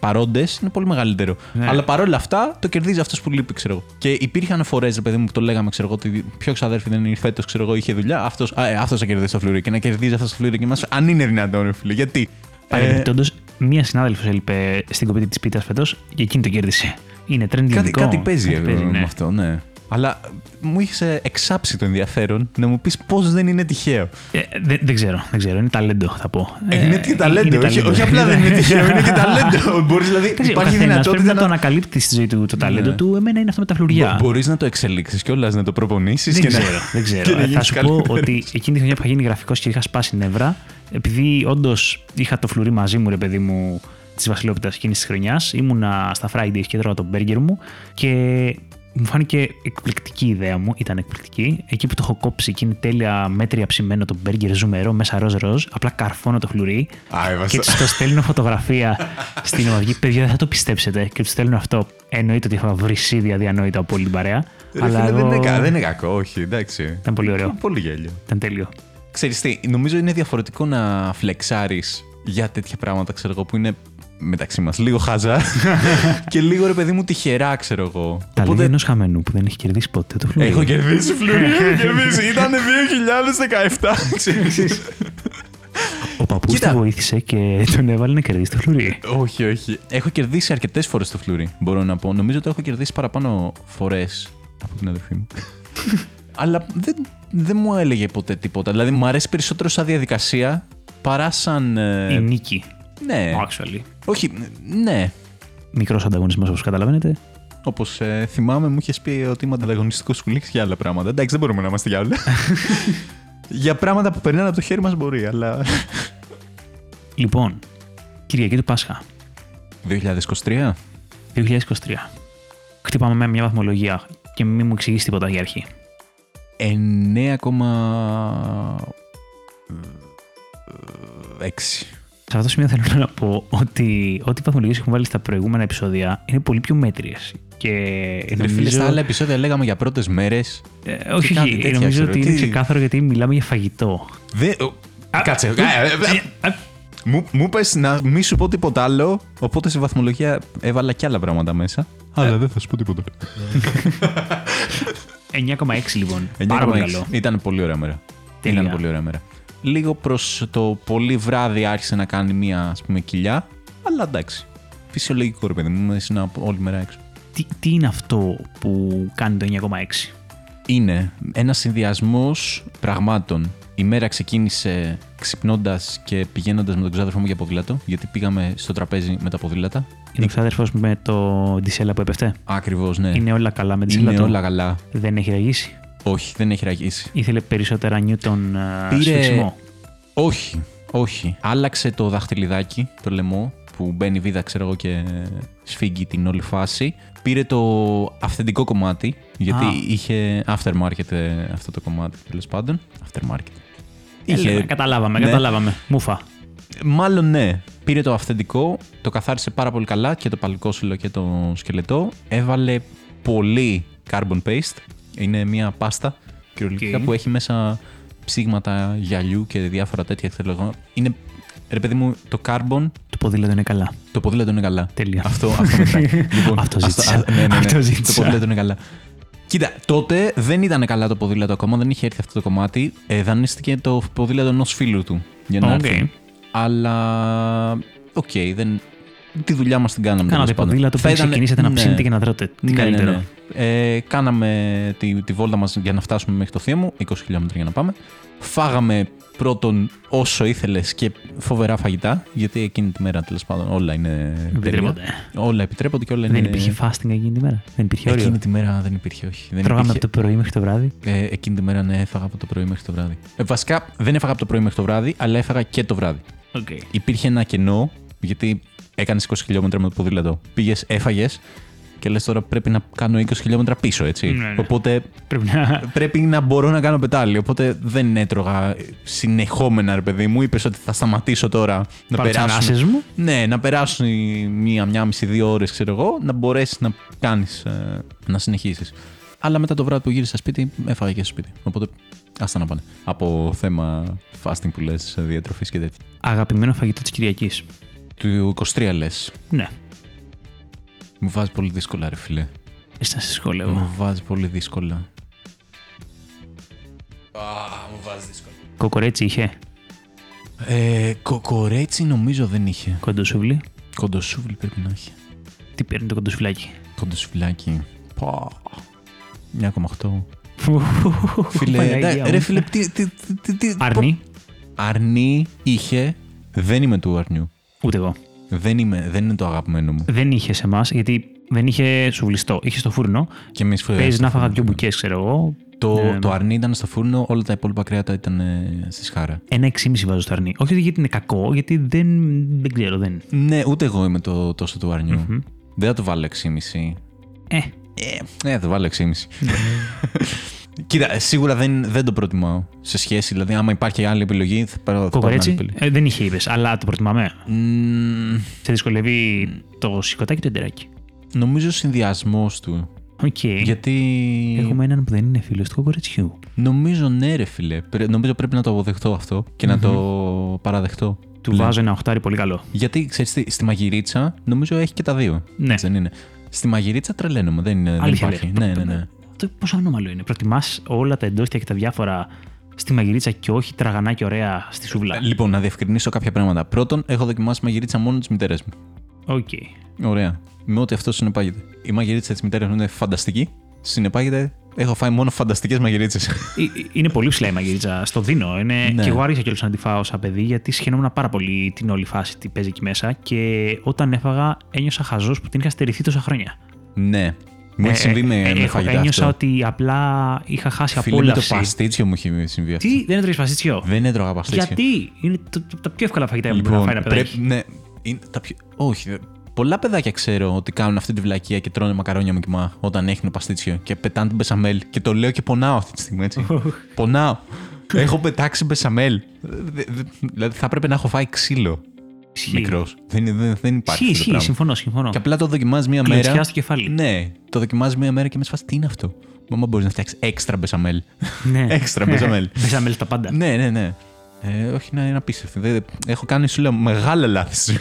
παρόντες είναι πολύ μεγαλύτερο.
Ναι.
Αλλά παρόλα αυτά το κερδίζει αυτός που λείπει, ξέρω εγώ. Και υπήρχαν φορές, ρε παιδί μου, που το λέγαμε, ξέρω εγώ, ότι ποιο ξαδέρφη δεν ήρθε έτος, ξέρω εγώ, είχε δουλειά. Αυτός ε, αυτός θα κερδίσει το φλουρί και να κερδίζει αυτός το φλουρί και μας. Αν είναι δυνατόν, ρε φίλε. Γιατί. Ε,
Παρεμπιπτόντως, μία συνάδελφος έλειπε στην κοπήτη της πίτας φέτος και εκείνη το κέρδισε. Είναι trending
κάτι,
υλικό.
κάτι παίζει,
Κάτι
εγώ,
ναι.
με αυτό, ναι. Αλλά μου είχες εξάψει το ενδιαφέρον να μου πεις πώς δεν είναι τυχαίο.
Ε, δεν, δεν ξέρω, δεν ξέρω. Είναι ταλέντο, θα πω. Ε,
είναι και ταλέντο.
είναι
όχι, όχι απλά δεν
<laughs>
είναι τυχαίο, είναι και ταλέντο. Μπορείς, δηλαδή,
Εντάξει, ο
υπάρχει
καθένας πρέπει
δυνατότητα
να το
να.
ανακαλύπτει στη ζωή του το ταλέντο
Ναι.
του. Εμένα είναι αυτό με τα φλουριά.
Μπορείς να το εξελίξεις κιόλας, να το προπονήσεις
Δεν
και να.
ξέρω, δεν
<laughs> και
ξέρω.
να
Ε, Θα
γίνεις
σου πω
καλύτερος.
ότι εκείνη τη χρονιά που είχα γίνει γραφικός και είχα σπάσει νευρά, επειδή όντως είχα το φλουρί μαζί μου, ρε παιδί μου, της Βασιλόπιτας εκείνης της χρονιάς, ήμουνα στα Fridays και τρώω τον μπέργκερ μου και μου φάνηκε εκπληκτική η ιδέα μου, ήταν εκπληκτική. Εκεί που το έχω κόψει εκείνη τέλεια μέτρια ψημένο το μπέργκερ ζουμερό μέσα ροζ ροζ, απλla καρφώνω το φλουρί
Α, ε,
και
βαστα-
του το στέλνω φωτογραφία στην ομαδική. Παιδιά, δεν θα το πιστέψετε. Και του στέλνω αυτό. Εννοείται ότι είχα βρυσίδια διανόητα από όλη την παρέα.
Ρε φίλε, δεν, είναι,
εγώ-
κα- δεν είναι κακό, όχι, εντάξει.
Ήταν πολύ ωραίο.
Πολύ γέλιο.
Ήταν τέλειο.
Ξέρεις τι, νομίζω είναι διαφορετικό να φλεξάρεις για τέτοια πράγματα, ξέρω εγώ, που είναι μεταξύ μας λίγο
<laughs>
χάζα και λίγο ρε παιδί μου τυχερά, ξέρω εγώ.
Τα λόγια ενός χαμένου που δεν έχει κερδίσει ποτέ το φλουρί.
Έχω κερδίσει, Φλουρί, έχω κερδίσει. Ήταν 2017, <laughs> ξέρεις.
Ο παππούς
Κοίτα.
του βοήθησε και <laughs> τον έβαλε να κερδίσει το φλουρί.
όχι, όχι. Έχω κερδίσει αρκετές φορές το Φλουρί, μπορώ να πω. Νομίζω ότι έχω κερδίσει παραπάνω φορές από την αδερφή μου. Αλλά δεν, δεν μου έλεγε ποτέ τίποτα. Δηλαδή, μου αρέσει περισσότερο σαν διαδικασία παρά σαν. ε,
Η νίκη.
ναι.
Actually.
Όχι, ναι.
Μικρός ανταγωνισμός όπως καταλαβαίνετε.
Όπως ε, θυμάμαι, μου είχες πει ότι είμαι ανταγωνιστικός σου λέξη για άλλα πράγματα. Εντάξει, δεν μπορούμε να είμαστε για όλα. για πράγματα που περνάνε από το χέρι μας μπορεί, αλλά.
Λοιπόν, Κυριακή του Πάσχα
2023.
2023. Χτύπαμε με μια βαθμολογία και μην μου εξηγήσει τίποτα για αρχή.
9,6. ε,
Σε αυτό το σημείο θέλω να πω ότι ό,τι βαθμολογίες έχουν βάλει στα προηγούμενα επεισόδια είναι πολύ πιο μέτριες. Και
Ρε
νομίζω...
φίλε, στα Ε, άλλα επεισόδια λέγαμε για πρώτες μέρες.
Ε, όχι,
κάτι
όχι,
τέτοια,
νομίζω
ξέρω,
ότι
τι-
είναι ξεκάθαρο γιατί μιλάμε για φαγητό.
Κάτσε. ε, ε, ε, Μου, μου πες να μη σου πω τίποτα άλλο, οπότε στη βαθμολογία έβαλα και άλλα πράγματα μέσα. Αλλά δεν θα σου πω τίποτα.
9,6 λοιπόν. Πάρα πολύ
9,6.
καλό.
Ήταν Ε, πολύ ωραία μέρα.
Τέλεια.
Ήταν πολύ ωραία μέρα. Λίγο προς το πολύ βράδυ άρχισε να κάνει μία ας πούμε, κοιλιά, αλλά εντάξει. Φυσιολογικό ρε παιδί μου, είσαι να- όλη μέρα έξω.
Τι, τι είναι αυτό που κάνει το 9,6.
Είναι ένας συνδυασμός πραγμάτων. Η μέρα ξεκίνησε ξυπνώντας και πηγαίνοντας με τον ξάδερφό μου για ποδήλατο, γιατί πήγαμε στο τραπέζι με τα ποδήλατα.
Είναι ο ξάδερφος μου με το ντισέλα που έπεφτε.
Ακριβώς, ναι.
Είναι όλα καλά με
Είναι
ντισέλα του.
όλα καλά.
Δεν έχει ραγίσει.
Όχι, δεν έχει ραγίσει.
Ήθελε περισσότερα Newton ε,
Πήρε-
σφιξιμό.
Όχι, όχι. Άλλαξε το δαχτυλιδάκι, το λαιμό, που μπαίνει βίδα, ξέρω εγώ, και σφίγγει την όλη φάση. Πήρε το αυθεντικό κομμάτι, γιατί
Α.
είχε aftermarket ε, αυτό το κομμάτι, τέλος πάντων. Aftermarket.
Είχε... καταλάβαμε,
ναι.
καταλάβαμε. Μούφα.
Μάλλον ναι. Πήρε το αυθεντικό, το καθάρισε πάρα πολύ καλά και το παλικόσυλο και το σκελετό. Έβαλε πολύ carbon paste. Είναι μια πάστα κυριολεκτικά
Οκ.
που έχει μέσα ψήγματα γυαλιού και διάφορα τέτοια θέλω. Είναι, ρε παιδί μου, το carbon,
Το ποδήλατο είναι καλά.
το ποδήλατο είναι καλά.
Τέλεια.
Αυτό, αυτό
<laughs>
μετά. λοιπόν,
Αυτό ζήτησα.
α- ναι, ναι, ναι.
Αυτό ζήτησα.
Το ποδήλατο είναι καλά. Κοίτα, τότε δεν ήταν καλά το ποδήλατο ακόμα, δεν είχε έρθει αυτό το κομμάτι. Ε, δανείστηκε το ποδήλατο ενός φίλου του για να
Οκ.
έρθει. Αλλά. Οκ, δεν. Τη δουλειά μας την κάναμε. τέλος
Κάνατε
πάντων.
ποδήλατο
Θα
πριν
ήταν-
ξεκινήσετε να
ναι.
ψήνετε και να τρώτε. Τι
Ναι, ναι,
καλύτερο.
ναι. Ε, κάναμε τη, τη βόλτα μας για να φτάσουμε μέχρι το θείο μου, 20 χιλιόμετρα για να πάμε. Φάγαμε πρώτον όσο ήθελες και φοβερά φαγητά, γιατί εκείνη τη μέρα τέλος πάντων όλα είναι
Επιτρέπονται.
τέλεια. Όλα επιτρέπονται και όλα
Δεν
είναι...
υπήρχε fasting εκείνη τη μέρα. Δεν υπήρχε όριο.
Εκείνη τη μέρα δεν υπήρχε, όχι. Δεν
Τρώγαμε από
υπήρχε...
το πρωί μέχρι το βράδυ.
ε, εκείνη τη μέρα ναι, έφαγα από το πρωί μέχρι το βράδυ. Ε, βασικά δεν έφαγα από το πρωί μέχρι το βράδυ, αλλά έφαγα και το βράδυ.
Okay.
Υπήρχε ένα κενό, γιατί έκανες 20 χιλιόμετρα με το ποδήλατο. Πήγες, έφαγες και λες τώρα πρέπει να κάνω 20 χιλιόμετρα πίσω, έτσι.
Ναι, ναι.
Οπότε
<laughs> Πρέπει να.
πρέπει να μπορώ να κάνω πετάλι. Οπότε δεν έτρωγα συνεχόμενα, ρε παιδί μου. Είπες ότι θα σταματήσω τώρα να
Πάρω τις
περάσουν.
ανάσες μου.
Ναι, να περάσουν οι μία, μία, μισή, δύο ώρες, ξέρω εγώ, να μπορέσεις να κάνεις, να συνεχίσεις. Αλλά μετά το βράδυ που γύρισα σπίτι, έφαγα και στο σπίτι. Οπότε άστα να πάνε. Από θέμα fasting που λες, διατροφής και τέτοια.
Αγαπημένο φαγητό της Κυριακής.
Του 23 λες.
Ναι.
Μου βάζει πολύ δύσκολα, ρε φιλέ.
Ήσταν σε σχολείο.
Μου βάζει πολύ δύσκολα. Α, μου βάζει δύσκολα.
Κοκορέτσι είχε.
Ε, κοκορέτσι νομίζω δεν είχε.
Κοντοσούβλι.
Κοντοσούβλι πρέπει να είχε.
Τι παίρνει το κοντοσουβλάκι.
Κοντοσουβλάκι. Πα. 1,8.
Ου,
Φίλε,
Παναγία
εντάξει,
μου.
ρε φίλε, τι, τι, τι, τι, τι-
Αρνί.
Αρνί είχε. Δεν είμαι του αρνιού.
Ούτε εγώ.
Δεν, είμαι, δεν είναι το αγαπημένο μου.
Δεν είχε σε εμάς, γιατί δεν είχε σουβλιστό. Είχε στο φούρνο.
Και εμείς φε-
Παίζει να φάγα δύο
ναι.
μπουκές, ξέρω εγώ.
Το,
Ναι, ναι.
το αρνί ήταν στο φούρνο, όλα τα υπόλοιπα κρέατα ήταν ε, στη σχάρα.
Ένα 6,5 βάζω στο αρνί. Όχι γιατί είναι κακό, γιατί δεν, δεν ξέρω. Δεν.
Ναι, ούτε εγώ είμαι το, τόσο του αρνιου Δεν θα το βάλω 6,5.
Ε,
Ε, ναι, θα το βάλω 6,5. <laughs> Κοίτα, σίγουρα δεν, δεν το προτιμάω σε σχέση. Δηλαδή, άμα υπάρχει άλλη επιλογή, θα πάρω θα πάρω άλλη
κοκορέτσι.
επιλογή.
Ε, δεν είχε, είπες, αλλά το προτιμάμε.
Μμμ,
Σε δυσκολεύει το σηκωτάκι και το εντεράκι.
νομίζω συνδυασμός του.
Οκ.
Γιατί.
Έχουμε έναν που δεν είναι φίλος του κοκορέτσιου.
Νομίζω ναι, ρε φίλε. Πρέ- Νομίζω πρέπει να το αποδεχτώ αυτό και να το παραδεχτώ.
Του
Λέω.
βάζω ένα οχτάρι πολύ καλό.
Γιατί ξέρεις τι, στη μαγειρίτσα νομίζω έχει και τα δύο.
Ναι.
Έτσι δεν είναι. Στη μαγειρίτσα τρελαίνομαι. Δεν, είναι, δεν
Αλήθεια
υπάρχει.
λέω.
Ναι, ναι, ναι.
Αυτό πόσο ανώμαλο είναι. Προτιμάς όλα τα εντόστια και τα διάφορα στη μαγειρίτσα και όχι τραγανά και ωραία στη σουβλά.
Λοιπόν, να διευκρινίσω κάποια πράγματα. Πρώτον, έχω δοκιμάσει μαγειρίτσα μόνο της μητέρας μου.
Οκ. Ε,
Ωραία. Με ό,τι αυτό συνεπάγεται. Η μαγειρίτσα της μητέρας μου είναι φανταστική. Συνεπάγεται. Έχω φάει μόνο φανταστικές μαγειρίτσες.
Ε, ε, Είναι πολύ ψηλά η μαγειρίτσα. Στο δίνω. Είναι...
Ναι.
Και εγώ άρχισα κιόλας να τη φάω σαν παιδί, γιατί σχαινόμουν πάρα πολύ την όλη φάση τι παίζει εκεί μέσα. Και όταν έφαγα, ένιωσα χαζός που την είχα στερηθεί τόσα χρόνια.
<laughs> ναι. Μου
Ε,
έχει συμβεί με,
ε,
με
έχω-
φαγητά
Ένιωσα
αυτό.
ότι απλά είχα χάσει
Φίλε, με το
απόλαυση.
παστίτσιο μου έχει συμβεί αυτό.
Τι, δεν έτρεχε παστίτσιο.
Δεν έτρωγα παστίτσιο.
Γιατί είναι το- το- τα πιο εύκολα φαγητά που μπορεί να
Λοιπόν,
φάει ένα
πρέπει,
παιδάκι.
ναι, είναι τα πιο... Όχι, δε- πολλά παιδάκια ξέρω ότι κάνουν αυτή τη βλακεία και τρώνε μακαρόνια με κοιμά όταν έχουν παστίτσιο και πετάνε την μπεσαμέλ. Και το λέω και πονάω αυτή τη στιγμή, έτσι. πονάω. Έχω πετάξει μπεσαμέλ. Δε- δε- Δηλαδή θα έπρεπε να έχω φάει ξύλο
Ισχύει.
μικρός. Δεν, δεν, δεν υπάρχει
Ισχύει,
αυτό το
ισχύει,
πράγμα.
συμφωνώ, συμφωνώ.
Και απλά το δοκιμάζεις μία
Κλωτσιά
μέρα.
στο κεφάλι.
Ναι, το δοκιμάζεις μία μέρα και μες σφάσει τι είναι αυτό. Μαμά μπορείς να φτιάξεις έξτρα μπεσαμέλ.
Ναι.
Έξτρα
<laughs>
μπεζαμέλ.
Μπεζαμέλ στα πάντα.
ναι, ναι, ναι. Ε, όχι, να είναι απίστευτο. Δεν- έχω κάνει σου λέω μεγάλα λάθη.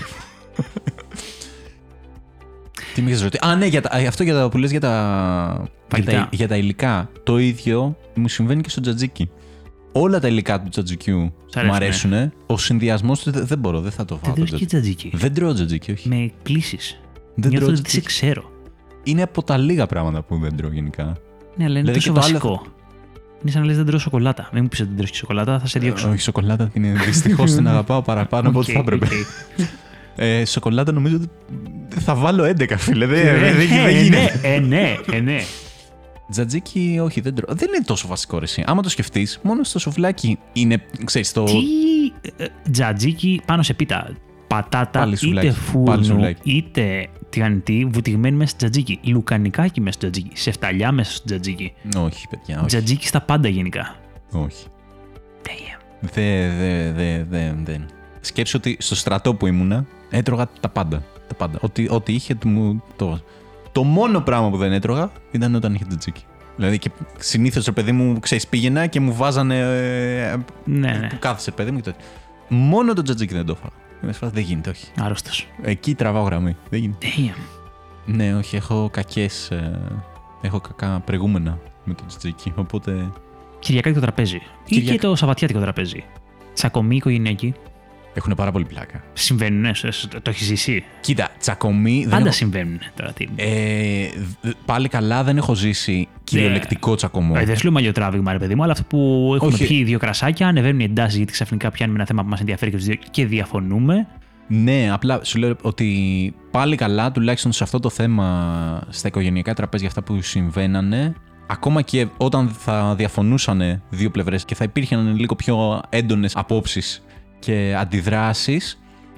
<laughs>
τι με έχεις ρωτήσει. Α, ναι, για τα, αυτό για τα, που λες για τα, για,
Φαγητά.
τα, για τα υλικά. Το ίδιο μου συμβαίνει και στο τζατζίκι. Όλα τα υλικά του τζατζικιού
Σ' αρέσουνε.
μου αρέσουν. Ο συνδυασμός του δεν, δεν μπορώ, δεν θα το
Δεν
βάλω.
τρώω
το
και τζατζίκι.
τζατζίκι. Δεν τρώω τζατζίκι, όχι.
Με κλείσει.
Δεν
Νιώθω
τρώω
ότι σε
τζατζίκι.
ξέρω.
Είναι από τα λίγα πράγματα που δεν τρώω γενικά.
Ναι, αλλά είναι
Δηλαδή
τόσο
και το άλλο-
βασικό. Είναι σαν να λες δεν τρώω σοκολάτα. Μην μου πεις ότι δεν τρώω και σοκολάτα, θα σε διώξω.
Όχι, σοκολάτα την δυστυχώς
<laughs>
την αγαπάω παραπάνω από ό,τι
Οκ,
Ε, θα έπρεπε.
οκ.
Ε, σοκολάτα νομίζω ότι θα βάλω 11, φίλε. Δεν,
Ε,
δεν,
ναι,
δεν, δεν
ε, ναι,
γίνεται.
ε, ναι, ε, ναι.
Τζατζίκι, όχι, δεν τρώω. Δεν είναι τόσο βασικό ρε, εσύ. Άμα το σκεφτείς, μόνο στο σουβλάκι είναι, ξέρεις, το.
Τι ε, τζατζίκι πάνω σε πίτα. Πατάτα,
Πάλι
είτε
σουβλάκι, πάλι
φούρνο,
σουβλάκι.
είτε τηγανιτή, βουτυγμένη μέσα στο τζατζίκι. Λουκανικάκι μέσα στο τζατζίκι. Σεφταλιά μέσα στο τζατζίκι.
Όχι, παιδιά, όχι.
Τζατζίκι στα πάντα γενικά.
όχι.
Damn.
Δε, δε, δε, δε, δεν. Σκέψου ότι στο στρατό που ήμουνα έτρωγα τα πάντα. Τα πάντα. Ό,τι, ό,τι είχε το μου το. Το μόνο πράγμα που δεν έτρωγα ήταν όταν είχε το τζίκι. Δηλαδή και συνήθως το παιδί μου, ξέρεις, πήγαινα και μου βάζανε. Ε,
Ναι, ναι.
Που κάθεσε, παιδί μου και τέτοιο. Μόνο το τζατζίκι δεν το έφαγα. Είμαι σε φάση, δεν γίνεται, όχι.
Άρρωστος.
Εκεί τραβάω γραμμή. Δεν γίνεται.
Damn.
Ναι, όχι, έχω κακές. έχω κακά προηγούμενα με το τζατζίκι. Οπότε.
Κυριακάτικο τραπέζι. Ή
Κυριακ-
και το Σαββατιάτικο τραπέζι. Τσακωμή οικογενειακή.
Έχουν πάρα πολύ πλάκα.
Συμβαίνουν, ε, το έχεις ζήσει.
Κοίτα, τσακωμή. δεν
Πάντα
έχω-
συμβαίνουν τώρα. Τι...
Ε, δ- πάλι καλά, δεν έχω ζήσει κυριολεκτικό τσακωμό.
Ε, δεν σου λέω μαλλιοτράβηγμα, ρε παιδί μου, αλλά αυτό που έχουμε
Όχι.
πιει δύο κρασάκια, ανεβαίνουν οι εντάσεις γιατί ξαφνικά πιάνουμε ένα θέμα που μας ενδιαφέρει και, τους δύο και διαφωνούμε.
Ναι, απλά σου λέω ότι πάλι καλά, τουλάχιστον σε αυτό το θέμα, στα οικογενειακά τραπέζια, αυτά που συμβαίνανε, ακόμα και όταν θα διαφωνούσαν δύο πλευρές και θα υπήρχαν λίγο πιο έντονες απόψεις και αντιδράσεις,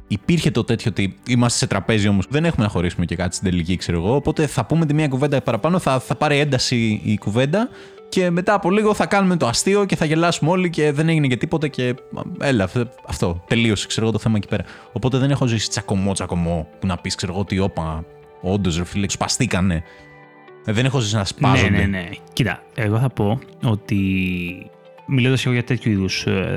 υπήρχε το τέτοιο ότι είμαστε σε τραπέζι όμως. Δεν έχουμε να χωρίσουμε και κάτι στην τελική, ξέρω εγώ. Οπότε θα πούμε τη μία κουβέντα παραπάνω, θα, θα πάρει ένταση η κουβέντα και μετά από λίγο θα κάνουμε το αστείο και θα γελάσουμε όλοι και δεν έγινε και τίποτα και α, έλα, αυ- αυτό. Τελείωσε, ξέρω εγώ το θέμα εκεί πέρα. Οπότε δεν έχω ζήσει τσακωμό, τσακωμό που να πεις, ξέρω εγώ, ότι όπα, όντως ρε φίλε, σπαστήκανε. Ε, Δεν έχω ζήσει να σπάζονται.
Ναι, ναι, ναι. Κοίτα, εγώ θα πω ότι μιλώντας εγώ για τέτοιου είδους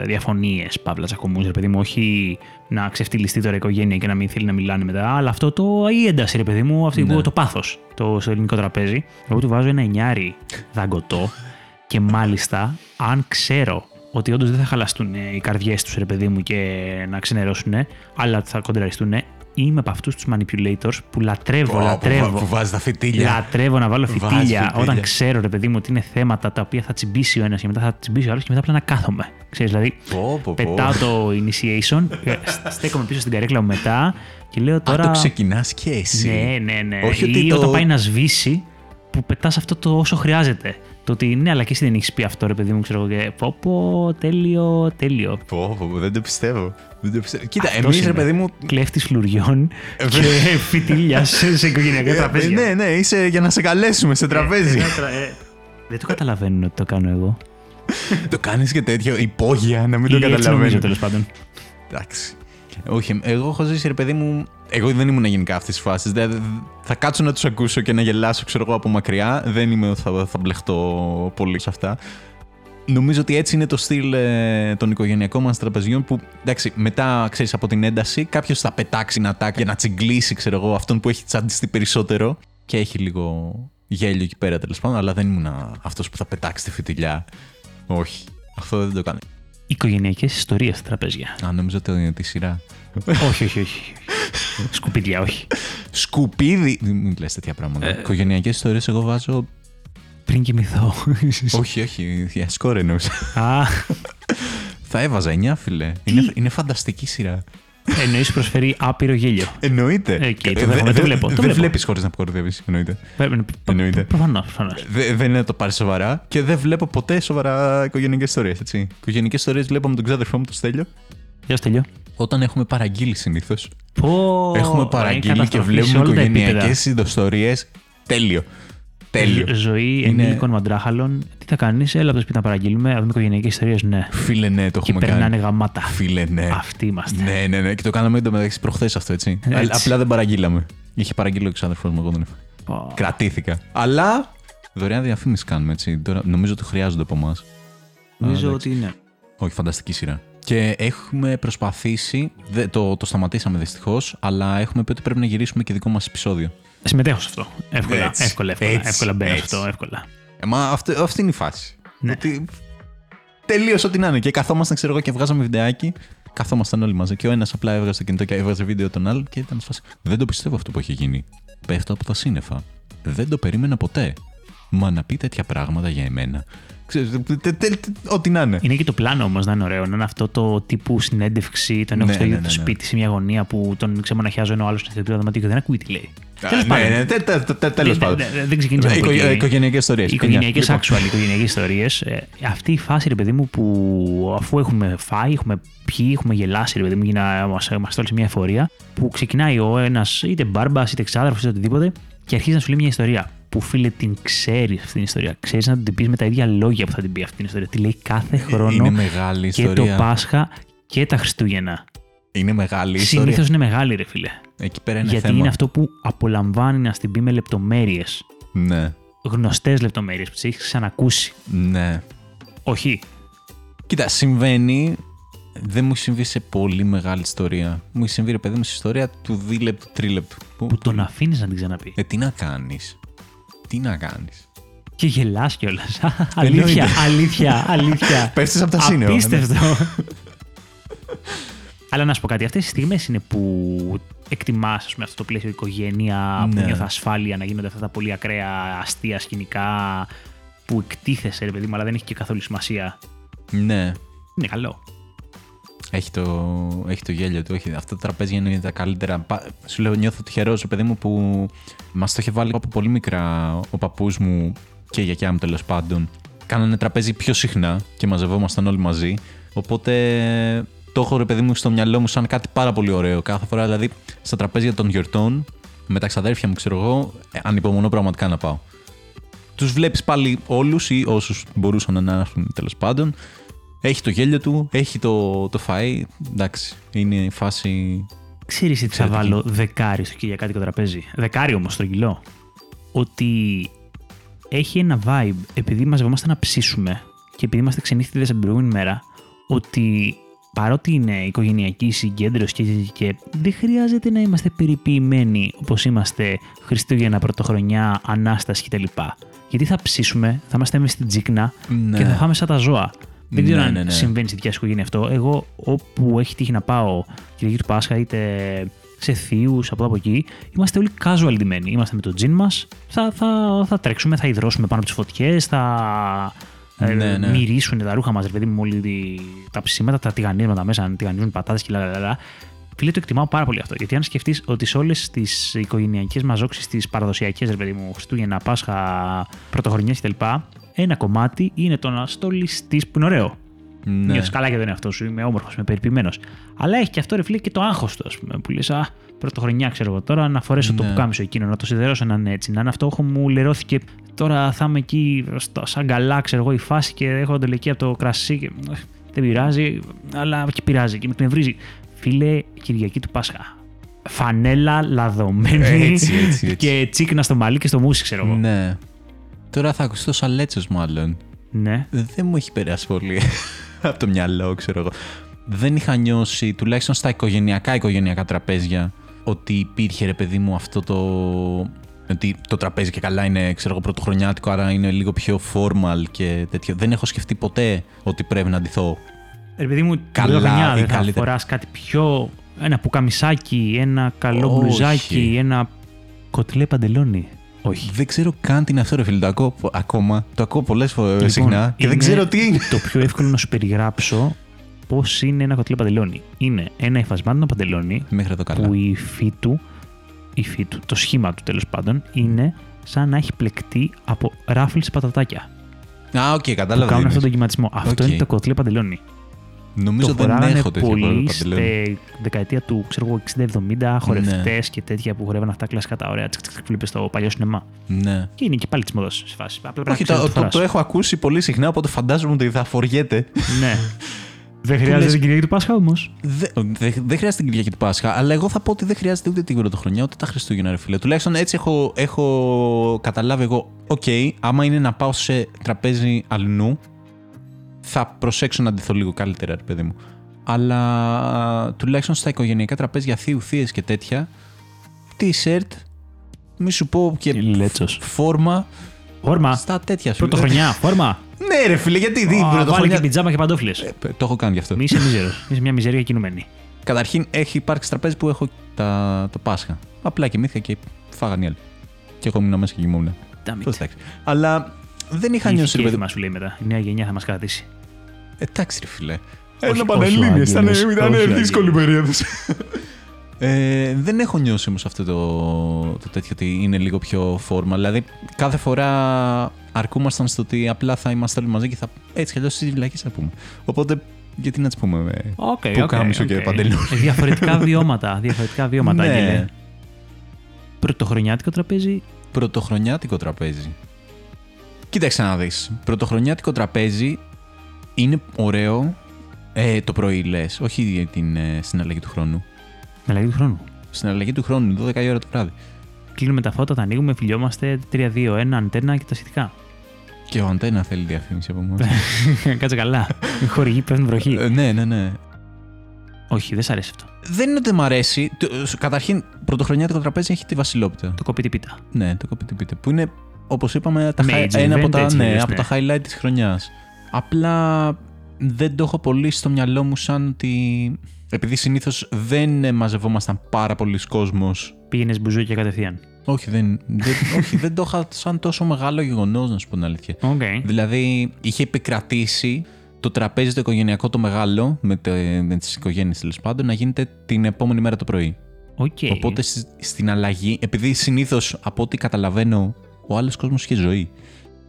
διαφωνίες, παύλα τσακωμού, ρε παιδί μου, όχι να ξεφτυλιστεί τώρα η οικογένεια και να μην θέλει να μιλάνε μετά, αλλά αυτό το η ένταση, ρε παιδί μου,
Ναι.
αυτή που, το πάθος το, στο ελληνικό τραπέζι. Εγώ του βάζω ένα εννιάρι δαγκωτό και μάλιστα αν ξέρω ότι όντως δεν θα χαλαστούν ε, οι καρδιές τους, ρε παιδί μου, και να ξενερώσουν, αλλά ότι θα κοντραριστούν, είμαι από αυτούς τους manipulators που λατρεύω,
Πω, Που,
λατρεύω.
βά- που βάζεις τα φυτίλια.
Λατρεύω να βάλω
Βάζεις
φυτίλια
φυτίλια.
όταν ξέρω, ρε παιδί μου, ότι είναι θέματα τα οποία θα τσιμπήσει ο ένας και μετά θα τσιμπήσει ο άλλος και μετά απλά να κάθομαι. Ξέρεις, δηλαδή,
Πω, πω, πω.
πετάω το initiation, ε, σ- στέκομαι πίσω στην καρέκλα μου μετά και λέω
Αν
τώρα.
το ξεκινάς και εσύ.
Ναι, ναι, ναι.
Όχι
Ή
ότι το-
όταν πάει να σβήσει, που πετάς αυτό το όσο χρειάζεται. Το ότι ναι, αλλά και εσύ δεν έχεις πει αυτό, ρε παιδί μου, ξέρω εγώ. και Πω, πω, τέλειο, τέλειο.
Πω, πω, πω, δεν το πιστεύω. Δεν το πιστεύω. Κοίτα,
Αυτός
εμείς ρε
είμαι.
παιδί μου.
Κλέφτης φλουριών και φυτίλια σε σε οικογενειακά τραπέζια.
Ναι, ναι, είσαι για να σε καλέσουμε σε τραπέζι.
Ε, Δεν το καταλαβαίνουν ότι το κάνω εγώ.
το κάνει και τέτοιο υπόγεια, να μην το
ε. νομίζω
καταλαβαίνω.
τέλο πάντων.
Εντάξει. Όχι, εγώ έχω ζήσει ρε παιδί μου. Εγώ δεν ήμουν γενικά αυτή τη φάση. Δηλαδή, θα κάτσω να τους ακούσω και να γελάσω, ξέρω εγώ, από μακριά. Δεν είμαι ότι θα, θα μπλεχτώ πολύ σε αυτά. Νομίζω ότι έτσι είναι το στυλ ε, των οικογενειακών μας τραπεζιών που εντάξει, μετά ξέρεις από την ένταση, κάποιος θα πετάξει να τάκ για να τσιγκλίσει, ξέρω εγώ, αυτόν που έχει τσαντιστεί περισσότερο και έχει λίγο γέλιο εκεί πέρα τέλος πάντων. Αλλά δεν ήμουν αυτός που θα πετάξει τη φιτιλιά. Όχι. Αυτό δεν το κάνω.
Οικογενειακές ιστορίες στα τραπέζια.
Α, νομίζω ότι είναι τη σειρά.
<laughs> όχι, όχι, όχι. Σκουπίδια, όχι.
Σκουπίδι. Μην μου λες τέτοια πράγματα. Ε... Οικογενειακές ιστορίες εγώ βάζω.
Πριν κοιμηθώ.
όχι, όχι. Για σκόρ εννοούσα.
Α,
Θα έβαζα 9, φίλε. Είναι, είναι φανταστική σειρά.
εννοείς προσφέρει άπειρο γέλιο.
Εννοείται.
Ε, και το δέχομαι, το βλέπω, το
Δεν
βλέπω.
βλέπεις χωρίς να κορδεύει. Εννοείται.
Ε,
Εννοείται.
Προφανώς, προφανώς.
Δε- δεν είναι να το πάρεις σοβαρά και δεν βλέπω ποτέ σοβαρά οικογενειακές ιστορίες. Οικογενειακές ιστορίες βλέπω με τον ξάδερφό μου, τον Στέλιο.
Γεια σου, τελειώ.
Όταν έχουμε παραγγείλει συνήθως.
Πω,
έχουμε
ε,
παραγγείλει και
καταστροφή σε
βλέπουμε
όλα τα επίπεδα. Ε,
οικογενειακέ ιστορίε. Τέλειο. Τέλειο.
Ζωή
Είναι-
ενήλικων μαντράχαλων. Τι θα κάνεις, έλα από το σπίτι να παραγγείλουμε. Να δούμε οικογενειακές ιστορίες, ναι.
Φίλε, ναι, το
Και
έχουμε
περνάνε
κάνει.
γαμάτα.
Φίλε, ναι.
Αυτοί είμαστε.
Ναι, ναι, ναι. Και το κάναμε εντωμεταξύ προχθές αυτό, έτσι.
Έτσι.
Αλλά Απλά δεν παραγγείλαμε. Είχε παραγγείλει ο ξάδερφο μου, εγώ δεν έφαγα.
Πω.
Κρατήθηκα. Αλλά δωρεάν διαφήμιση κάνουμε, έτσι. Τώρα νομίζω ότι χρειάζονται από εμάς.
Νομίζω
εντάξει.
ότι είναι.
Όχι, φανταστική σειρά. Και έχουμε προσπαθήσει. Δε, το, το σταματήσαμε δυστυχώς, αλλά έχουμε πει ότι πρέπει να γυρίσουμε και δικό μας επεισόδιο.
Συμμετέχω σε αυτό. Εύκολα,
Έτσι,
εύκολα, εύκολα.
έτσι,
εύκολα μπαίνω
έτσι.
αυτό, εύκολα.
Ε, μα αυτή, αυτή είναι η φάση.
Ναι.
Ότι τελείωσε ό,τι να είναι. Και καθόμασταν, ξέρω εγώ, και βγάζαμε βιντεάκι. Καθόμασταν όλοι μαζί. Και ο ένας απλά έβγαζε το κινητό και έβγαζε βίντεο τον άλλον και ήταν σφασί. Δεν το πιστεύω αυτό που έχει γίνει. Πέφτω από τα σύννεφα. Δεν το περίμενα ποτέ. Μα να πει τέτοια πράγματα για εμένα. Ξέρεις, τε- τε- τε- τε- Ό,τι να είναι.
Είναι και το πλάνο όμως να είναι ωραίο. Να είναι αυτό το τύπου συνέντευξη, τον έχω
Ναι,
στο
ναι,
ίδιο
ναι,
του
ναι.
σπίτι σε μια γωνία που τον ξεμοναχιάζω ενώ ο άλλος στην θετικό δωμάτιο και δεν ακούει τι λέει. Ε, Τέλος πάντων.
Τέλο
Δεν-
ναι, πάντων. Ναι,
δεν- δεν- Δεν ξεκίνησα από εκεί. ναι.
Οικογενειακές ιστορίες.
Οικογενειακές
Λοιπόν,
actual, οικογενειακές ιστορίες. Αυτή η φάση, ρε παιδί μου, που αφού έχουμε φάει, έχουμε πιει, έχουμε γελάσει, ρε παιδί μου, για να μας είμαστε όλοι σε μια εφορία, που ξεκινάει ο ένας είτε μπάρμπας, είτε ξάδερφο, είτε οτιδήποτε, και αρχίζει να σου λέει μια ιστορία. που φίλε την ξέρει αυτή την ιστορία. Ξέρεις να την πεις με τα ίδια λόγια που θα την πει αυτή την ιστορία. Τη λέει κάθε
Ε,
χρόνο
Είναι μεγάλη η
και
ιστορία.
το Πάσχα και τα Χριστούγεννα.
Είναι μεγάλη η ιστορία.
Συνήθως είναι μεγάλη, ρε φίλε.
Εκεί πέρα είναι
γιατί
θέμα.
είναι αυτό που απολαμβάνει να στην πει με λεπτομέρειες.
Ναι,
Γνωστές λεπτομέρειες που τις έχεις ξανακούσει.
ναι.
Όχι.
Κοίτα, συμβαίνει. Δεν μου έχει συμβεί σε πολύ μεγάλη ιστορία. Μου έχει συμβεί, ρε παιδί μου, σε ιστορία του δίλεπτου, τρίλεπτου. Που,
Που τον αφήνεις να την ξαναπεί.
Ε, τι να κάνεις. Τι να κάνεις.
Και γελάς κιόλας.
<laughs> Εννοείται.
αλήθεια, αλήθεια, αλήθεια.
<laughs> Πέφτεις από τα σύννεφα, ναι.
Απίστευτο. Αλλά να σου πω κάτι, αυτές τι στιγμές είναι που εκτιμάς αυτό το πλαίσιο οικογένεια,
Ναι.
που νιώθω ασφάλεια να γίνονται αυτά τα πολύ ακραία αστεία σκηνικά, που εκτίθεσαι, ρε παιδί μου, αλλά δεν έχει και καθόλου σημασία.
Ναι.
Είναι καλό.
Έχει το, έχει το γέλιο του. Έχει, αυτά τα τραπέζια είναι τα καλύτερα. Πα- Σου λέω, νιώθω τυχερό, ρε παιδί μου, που μας το είχε βάλει από πολύ μικρά ο παππούς μου και η γιαγιά μου τέλος πάντων. Κάνανε τραπέζι πιο συχνά και μαζευόμασταν όλοι μαζί. Οπότε το έχω ρε παιδί μου στο μυαλό μου σαν κάτι πάρα πολύ ωραίο. Κάθε φορά δηλαδή στα τραπέζια των γιορτών με τα ξαδέρφια μου, ξέρω εγώ, ε, ανυπομονώ πραγματικά να πάω. Τους βλέπεις πάλι όλους ή όσους μπορούσαν να έρθουν τέλος πάντων. Έχει το γέλιο του, έχει το, το φαΐ. Εντάξει, είναι η φάση.
Ξέρεις τι θα
Εξαιρετική.
βάλω δεκάρι στο κυριακάτικο τραπέζι. Δεκάρι όμως το κιλό. Ότι έχει ένα vibe επειδή μαζευόμαστε να ψήσουμε και επειδή είμαστε ξενύχτηδε από την προηγούμενη μέρα. Ότι παρότι είναι οικογενειακή συγκέντρωση και, και δεν χρειάζεται να είμαστε περιποιημένοι όπως είμαστε Χριστούγεννα, Πρωτοχρονιά, Ανάσταση κτλ. Γιατί θα ψήσουμε, θα είμαστε εμεί στην τζίκνα
Ναι.
και θα φάμε σαν τα ζώα. Δεν ξέρω
Ναι,
αν
ναι, ναι.
συμβαίνει σε δικιά σου οικογένεια αυτό. Εγώ, όπου έχει τύχει να πάω Κυριακή του Πάσχα, είτε σε θείους, από εδώ από εκεί, είμαστε όλοι casual ντυμένοι. Είμαστε με το τζιν μας, θα, θα, θα τρέξουμε, θα υδρώσουμε πάνω από τις φωτιές, θα ε,
Ναι, ναι.
μυρίσουν τα ρούχα μας, ρε παιδί μου, όλοι τη- τα ψήματα, τα τηγανίσματα μέσα, αν τηγανίζουν πατάτες και λαλαλαλα. Φίλε, το εκτιμάω πάρα πολύ αυτό. Γιατί αν σκεφτείς ότι σε όλες τις οικογενειακές μαζόξει, τις παραδοσιακές, ρε παιδί μου, Χριστούγεννα, Πάσχα, Πρωτοχρονιές κτλ., ένα κομμάτι είναι το να στολιστεί που είναι ωραίο.
Ναι.
Ναι. Νιώθεις καλά και δεν είναι αυτός σου, είμαι όμορφος, είμαι περιποιημένος. Αλλά έχει και αυτό ρε φίλε και το άγχος του, ας πούμε. Που λες, Α, πρωτοχρονιά ξέρω εγώ τώρα, να φορέσω το
Ναι.
πουκάμισο εκείνο, να το σιδερώσω να είναι έτσι. Να είναι αυτό, έχω μου λερώθηκε. Τώρα θα είμαι εκεί, στο, σαν καλά, ξέρω εγώ, η φάση και έχω αντελεκεί από το κρασί. Και, ε, δεν πειράζει, αλλά και πειράζει και με εκνευρίζει. Φίλε, Κυριακή του Πάσχα. Φανέλα λαδωμένη
Έτσι, έτσι, έτσι.
και τσίκνα στο μαλλί και στο μουσι, ξέρω εγώ. Ναι.
ναι. Τώρα θα ακουστεί το σαλέτσο μάλλον. Ναι.
Ναι.
Δεν μου έχει περάσει πολύ <laughs> από το μυαλό, ξέρω εγώ. Δεν είχα νιώσει, τουλάχιστον στα οικογενειακά οικογενειακά τραπέζια, ότι υπήρχε ρε παιδί μου αυτό το. Ότι το τραπέζι και καλά είναι, ξέρω εγώ, πρωτοχρονιάτικο, άρα είναι λίγο πιο formal και τέτοιο. Δεν έχω σκεφτεί ποτέ ότι πρέπει να αντιθώ.
Ρε παιδί μου, την
Καλά
πρωτοχρονιά
ή
δεν θα
καλύτερα.
φοράς κάτι πιο... Ένα πουκαμισάκι, ένα καλό
Όχι.
μπλουζάκι, ένα κοτλέ παντελόνι. Λοιπόν, Όχι.
Δεν ξέρω καν τι είναι αυτό, ρε φίλε. Το ακούω πο- ακόμα. Το ακούω πολλές φορές Ε, συχνά και δεν
Λοιπόν, είναι
ξέρω τι είναι.
Το πιο εύκολο να σου περιγράψω πώς είναι ένα κοτλέ παντελόνι. Είναι ένα υφασμάτινο παντελόνι
Μέχρι εδώ καλά.
που η υφή του, η υφή του, το σχήμα του τέλος πάντων, είναι σαν να έχει πλεκτεί από ράφλες πατατάκια.
Α, οκ,
Που
κατάλαβα. τι
κάνουν αυτόν τον
εννοείς.
κυματισμό. Αυτό
Οκ.
είναι το κοτλέ παντελόνι.
Νομίζω
το
δεν
φοράγανε
έχω τέτοιο
πολύ
πρόβλημα.
στη
παντελόνι.
δεκαετία του ξέρω εγώ, 60-70 χορευτές και τέτοια που χορεύαν αυτά κλασικά τα ωραία τσικ τσικ τσικ, βλέπεις στο παλιό σινεμά.
Ναι.
Και είναι και πάλι της μόδας σε φάση. Απλά πρέπει
Όχι,
να
το,
ξέρεις τι
το, το
φοράς.
έχω ακούσει πολύ συχνά, οπότε φαντάζομαι ότι θα φοριέται. <laughs>
Ναι. Δεν
λες-
χρειάζεται την Κυριακή του Πάσχα όμως.
<laughs> Δε- Δεν δεν χρειάζεται την Κυριακή του Πάσχα, αλλά εγώ θα πω ότι δεν χρειάζεται ούτε την Πρωτοχρονιά ούτε τα Χριστούγεννα, ρε φίλε. Τουλάχιστον έτσι έχω, έχω καταλάβει εγώ. Οκ, άμα είναι να πάω σε τραπέζι αλλού, θα προσέξω να αντιθώ λίγο καλύτερα, ρε παιδί μου. Αλλά τουλάχιστον στα οικογενειακά τραπέζια θείους, θείες και τέτοια, t-shirt, μη σου πω και
Λέτσο.
φόρμα.
Φόρμα.
Στα τέτοια σου.
Πρωτοχρονιά. Φόρμα.
Ναι, ρε φίλε, γιατί τι
Α, Βάλε και
πρωτοχρονιά.
πιτζάμα και παντόφλες.
Ε, Το έχω κάνει γι' αυτό.
Μη είσαι μίζερο. Είσαι μια μιζέρια κινουμένη.
Καταρχήν έχει υπάρξει τραπέζι που έχω τα, το Πάσχα. Απλά κοιμήθηκα και φάγανε οι άλλοι. Και εγώ μείνα μέσα και κοιμόμουν.
Damn
Πώς,
it.
εντάξει. Αλλά δεν είχα
Η
νιώσει
ηθική
ρε παιδί.
μα σου λέει μετά. Η νέα γενιά θα μας κρατήσει.
Εντάξει, ρε
Ε,
φιλέ.
Έλα, Πανελλήνιες, ήταν- ήταν δύσκολη
περίοδος. Ε, δεν έχω νιώσει όμως αυτό το, το τέτοιο ότι είναι λίγο πιο φόρμα. Δηλαδή, κάθε φορά αρκούμασταν στο ότι απλά θα είμαστε όλοι μαζί και θα. Έτσι κι αλλιώς τι βλακίε θα πούμε. Οπότε, γιατί να τις πούμε. ε,
Οκ,
Που
οκ,
κάμισο
οκ. Ε,
και παντελόνι.
Διαφορετικά βιώματα. Διαφορετικά βιώματα,
Ναι.
Άγγελε. Πρωτοχρονιάτικο τραπέζι
πρωτοχρονιάτικο τραπέζι. Κοίταξε να δεις. Πρωτοχρονιάτικο τραπέζι είναι ωραίο ε, το πρωί λες, όχι για την ε, συναλλαγή του χρόνου.
Με αλλαγή του χρόνου.
Συναλλαγή του χρόνου, είναι 12 η ώρα το βράδυ.
Κλείνουμε τα φώτα, τα ανοίγουμε, φιλιόμαστε. 3-2-1, αντένα και τα
<laughs>
σχετικά.
Και ο Αντένα θέλει διαφήμιση από εμάς.
Κάτσε καλά. Χορηγή, πέφτουν βροχή.
Ε, ναι, ναι, ναι.
Όχι, δεν σ' αρέσει αυτό.
Δεν είναι ότι μ' αρέσει. Το- σ- Καταρχήν, πρωτοχρονιάτικο τραπέζι έχει τη Βασιλόπιτα.
Το κοπεί την πίτα.
Ναι, το κοπιτυπίτε. Που είναι, όπως είπαμε, τα
Major
χα- ένα από
event,
τα,
έτσι
ναι,
μιλείς,
από
ναι.
τα highlight της χρονιάς. Απλά δεν το έχω πολύ στο μυαλό μου σαν ότι. Επειδή συνήθως δεν ε, μαζευόμασταν πάρα πολλοί κόσμος.
Πήγαινες μπουζούκια κατευθείαν.
Όχι δεν,
<laughs>
δεν, όχι, δεν το είχα σαν τόσο μεγάλο γεγονός, να σου πω την αλήθεια.
Οκ.
Δηλαδή, είχε επικρατήσει το τραπέζι το οικογενειακό το μεγάλο, με, τε- με τις οικογένειες τέλος πάντων, να γίνεται την επόμενη μέρα το πρωί.
Οκ.
Οπότε σ- στην αλλαγή, επειδή συνήθως από ό,τι καταλαβαίνω, ο άλλος κόσμος είχε ζωή.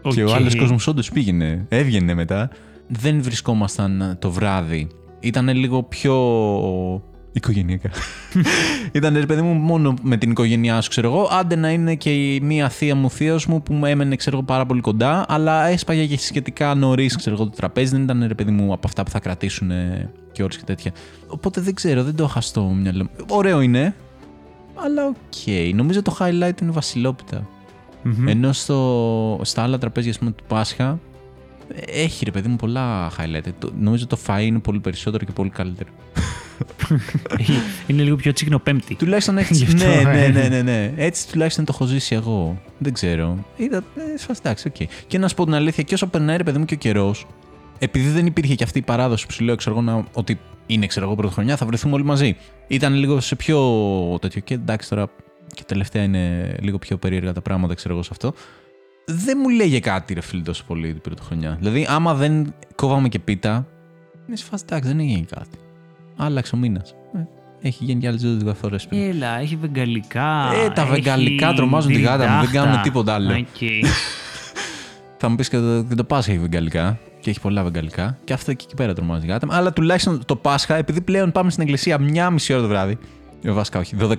Οκ.
Και ο άλλος κόσμος όντως πήγαινε, έβγαινε μετά. Δεν βρισκόμασταν ε, το βράδυ. Ήταν λίγο πιο <laughs> οικογενειακά. Ήταν ρε παιδί μου μόνο με την οικογένειά σου, ξέρω εγώ. Άντε να είναι και η μία θεία μου, θείος μου που μου έμενε, ξέρω εγώ, πάρα πολύ κοντά, αλλά έσπαγε και σχετικά νωρίς, ξέρω εγώ, το τραπέζι. Δεν ήταν ρε παιδί μου από αυτά που θα κρατήσουν και ώρες και τέτοια. Οπότε δεν ξέρω, δεν το είχα στο μυαλό μου. Ωραίο είναι, αλλά οκ. Νομίζω το highlight είναι η Βασιλόπιτα.
Μμμ.
Ενώ στο, στα άλλα τραπέζια ας πούμε, του Πάσχα ε, έχει ρε παιδί μου πολλά highlight. Το- νομίζω το φαΐ είναι πολύ περισσότερο και πολύ καλύτερο.
<laughs> Είναι λίγο πιο τσίκνο πέμπτη.
Τουλάχιστον έτσι.
<laughs> Γι' αυτό,
ναι, ναι,
ε.
ναι, ναι, ναι. Έτσι τουλάχιστον το έχω ζήσει εγώ. Δεν ξέρω. Είδα. Ε, σφα- εντάξει, οκ. Και να σου πω την αλήθεια, και όσο περνάει ρε παιδί μου και ο καιρός, επειδή δεν υπήρχε και αυτή η παράδοση που σου λέω, ξέρω εγώ, να- ότι είναι ξέρω εγώ πρωτοχρονιά, θα βρεθούμε όλοι μαζί. Ήταν λίγο σε πιο τέτοιο. Και εντάξει τώρα και τελευταία είναι λίγο πιο περίεργα τα πράγματα, ξέρω εγώ σε αυτό. Δεν μου λέγε κάτι ρε φίλε τόσο πολύ την πρωτοχρονιά. Δηλαδή, άμα δεν κόβαμε και πίτα, είναι σε φάση, εντάξει, δεν έγινε κάτι. Άλλαξε ο μήνας. Έχει γίνει και άλλες δύο φορέ πριν.
Έλα, έχει βεγγαλικά.
Ε, τα
έχει
βεγγαλικά τρομάζουν τη γάτα μου, δεν κάνουν
διλντάχτα.
τίποτα άλλο.
Οκ.
Θα μου πεις και το, και το Πάσχα έχει βεγγαλικά. Και έχει πολλά βεγγαλικά. Και αυτό και εκεί πέρα τρομάζει γάτα. μου. Αλλά τουλάχιστον το Πάσχα, επειδή πλέον πάμε στην εκκλησία μια μισή ώρα το βράδυ. Ε, βασικά όχι, 12.30,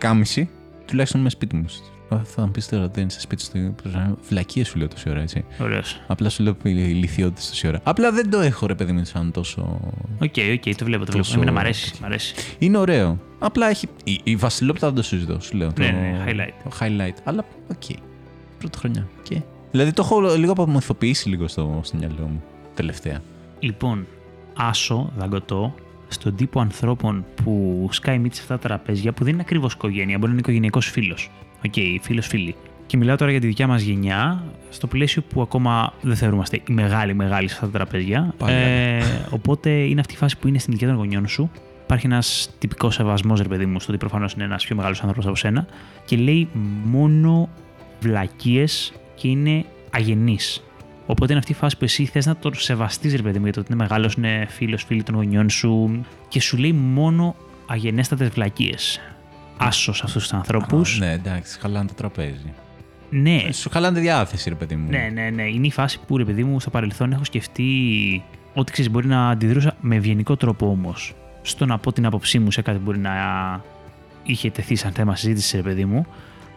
τουλάχιστον είμαι σπίτι μου. Ε, Θα μου πεις τώρα δεν είσαι σπίτι σου. Βλακίες σου λέω τόση ώρα, έτσι.
Ωραίος.
Απλά σου λέω ηλικιότητε τόση ώρα. Απλά δεν το έχω ρε παιδί μου σαν τόσο
Οκ, οκ, το βλέπω. Το βλέπω.
Τόσο-
Εμένα μ' αρέσει. Μ αρέσει.
Είναι ωραίο. Απλά έχει. Η, η Βασιλόπιτα δεν το συζητώ, σου λέω.
Ναι, ναι, highlight.
Το highlight. Αλλά οκ. Πρώτη χρονιά. Και... Δηλαδή το έχω λίγο απομορφοποιήσει λίγο στο, στο μυαλό μου τελευταία.
Λοιπόν, άσο, δαγκωτό, στον τύπο ανθρώπων που σκάει μύτη σε αυτά τα τραπέζια που δεν είναι ακριβώς οικογένεια, μπορεί να είναι οικογενειακός φίλος. Οκ, φίλος φίλη. Και μιλάω τώρα για τη δικιά μας γενιά, στο πλαίσιο που ακόμα δεν θεωρούμαστε οι μεγάλοι μεγάλοι σε αυτά τα τραπέζια. Ε,
Πάλι,
οπότε είναι αυτή η φάση που είναι στην ηλικία των γονιών σου. Υπάρχει ένας τυπικός σεβασμός, ρε παιδί μου, στο ότι προφανώς είναι ένας πιο μεγάλος άνθρωπος από σένα και λέει μόνο βλακίες και είναι αγενής. Οπότε είναι αυτή η φάση που εσύ θες να τον σεβαστείς, ρε παιδί μου, γιατί είναι μεγάλος, είναι φίλος, φίλη των γονιών σου και σου λέει μόνο αγενέστατες βλακίες. Άσος αυτούς τους ανθρώπους.
Α, Ναι, εντάξει, χαλάνε το τραπέζι.
ναι.
Ε, Σου χαλάνε τη διάθεση, ρε παιδί μου.
ναι, ναι, ναι. Είναι η φάση που, ρε παιδί μου, στο παρελθόν έχω σκεφτεί ότι ξέρεις, μπορεί να αντιδρούσα με ευγενικό τρόπο όμως. Στο να πω την άποψή μου σε κάτι που μπορεί να είχε τεθεί σαν θέμα συζήτηση, ρε παιδί μου,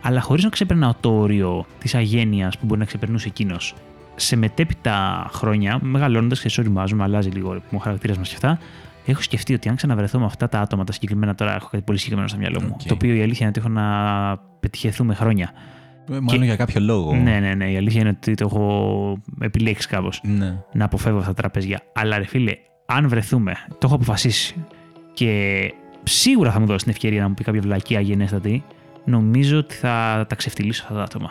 αλλά χωρίς να ξεπερνάω το όριο της αγένειας που μπορεί να ξεπερνούσε εκείνος. Σε μετέπειτα χρόνια, μεγαλώνοντας και σωριμάζουμε, αλλάζει λίγο ρε παιδί μου, ο χαρακτήρας μας και αυτά, έχω σκεφτεί ότι αν ξαναβρεθώ με αυτά τα άτομα, τα συγκεκριμένα τώρα, έχω κάτι πολύ συγκεκριμένο στο μυαλό μου.
Οκ.
Το οποίο η αλήθεια είναι ότι έχω να πετυχεθούμε χρόνια.
Ε, Μάλλον
Και-
για κάποιο λόγο.
Ναι, ναι, ναι. Η αλήθεια είναι ότι το έχω επιλέξει κάπως
Ναι.
να αποφεύγω αυτά τα τραπέζια. Αλλά ρε φίλε, αν βρεθούμε, το έχω αποφασίσει και σίγουρα θα μου δώσει την ευκαιρία να μου πει κάποια βλακία γενέστατη, νομίζω ότι θα τα ξεφτυλίσω αυτά τα άτομα.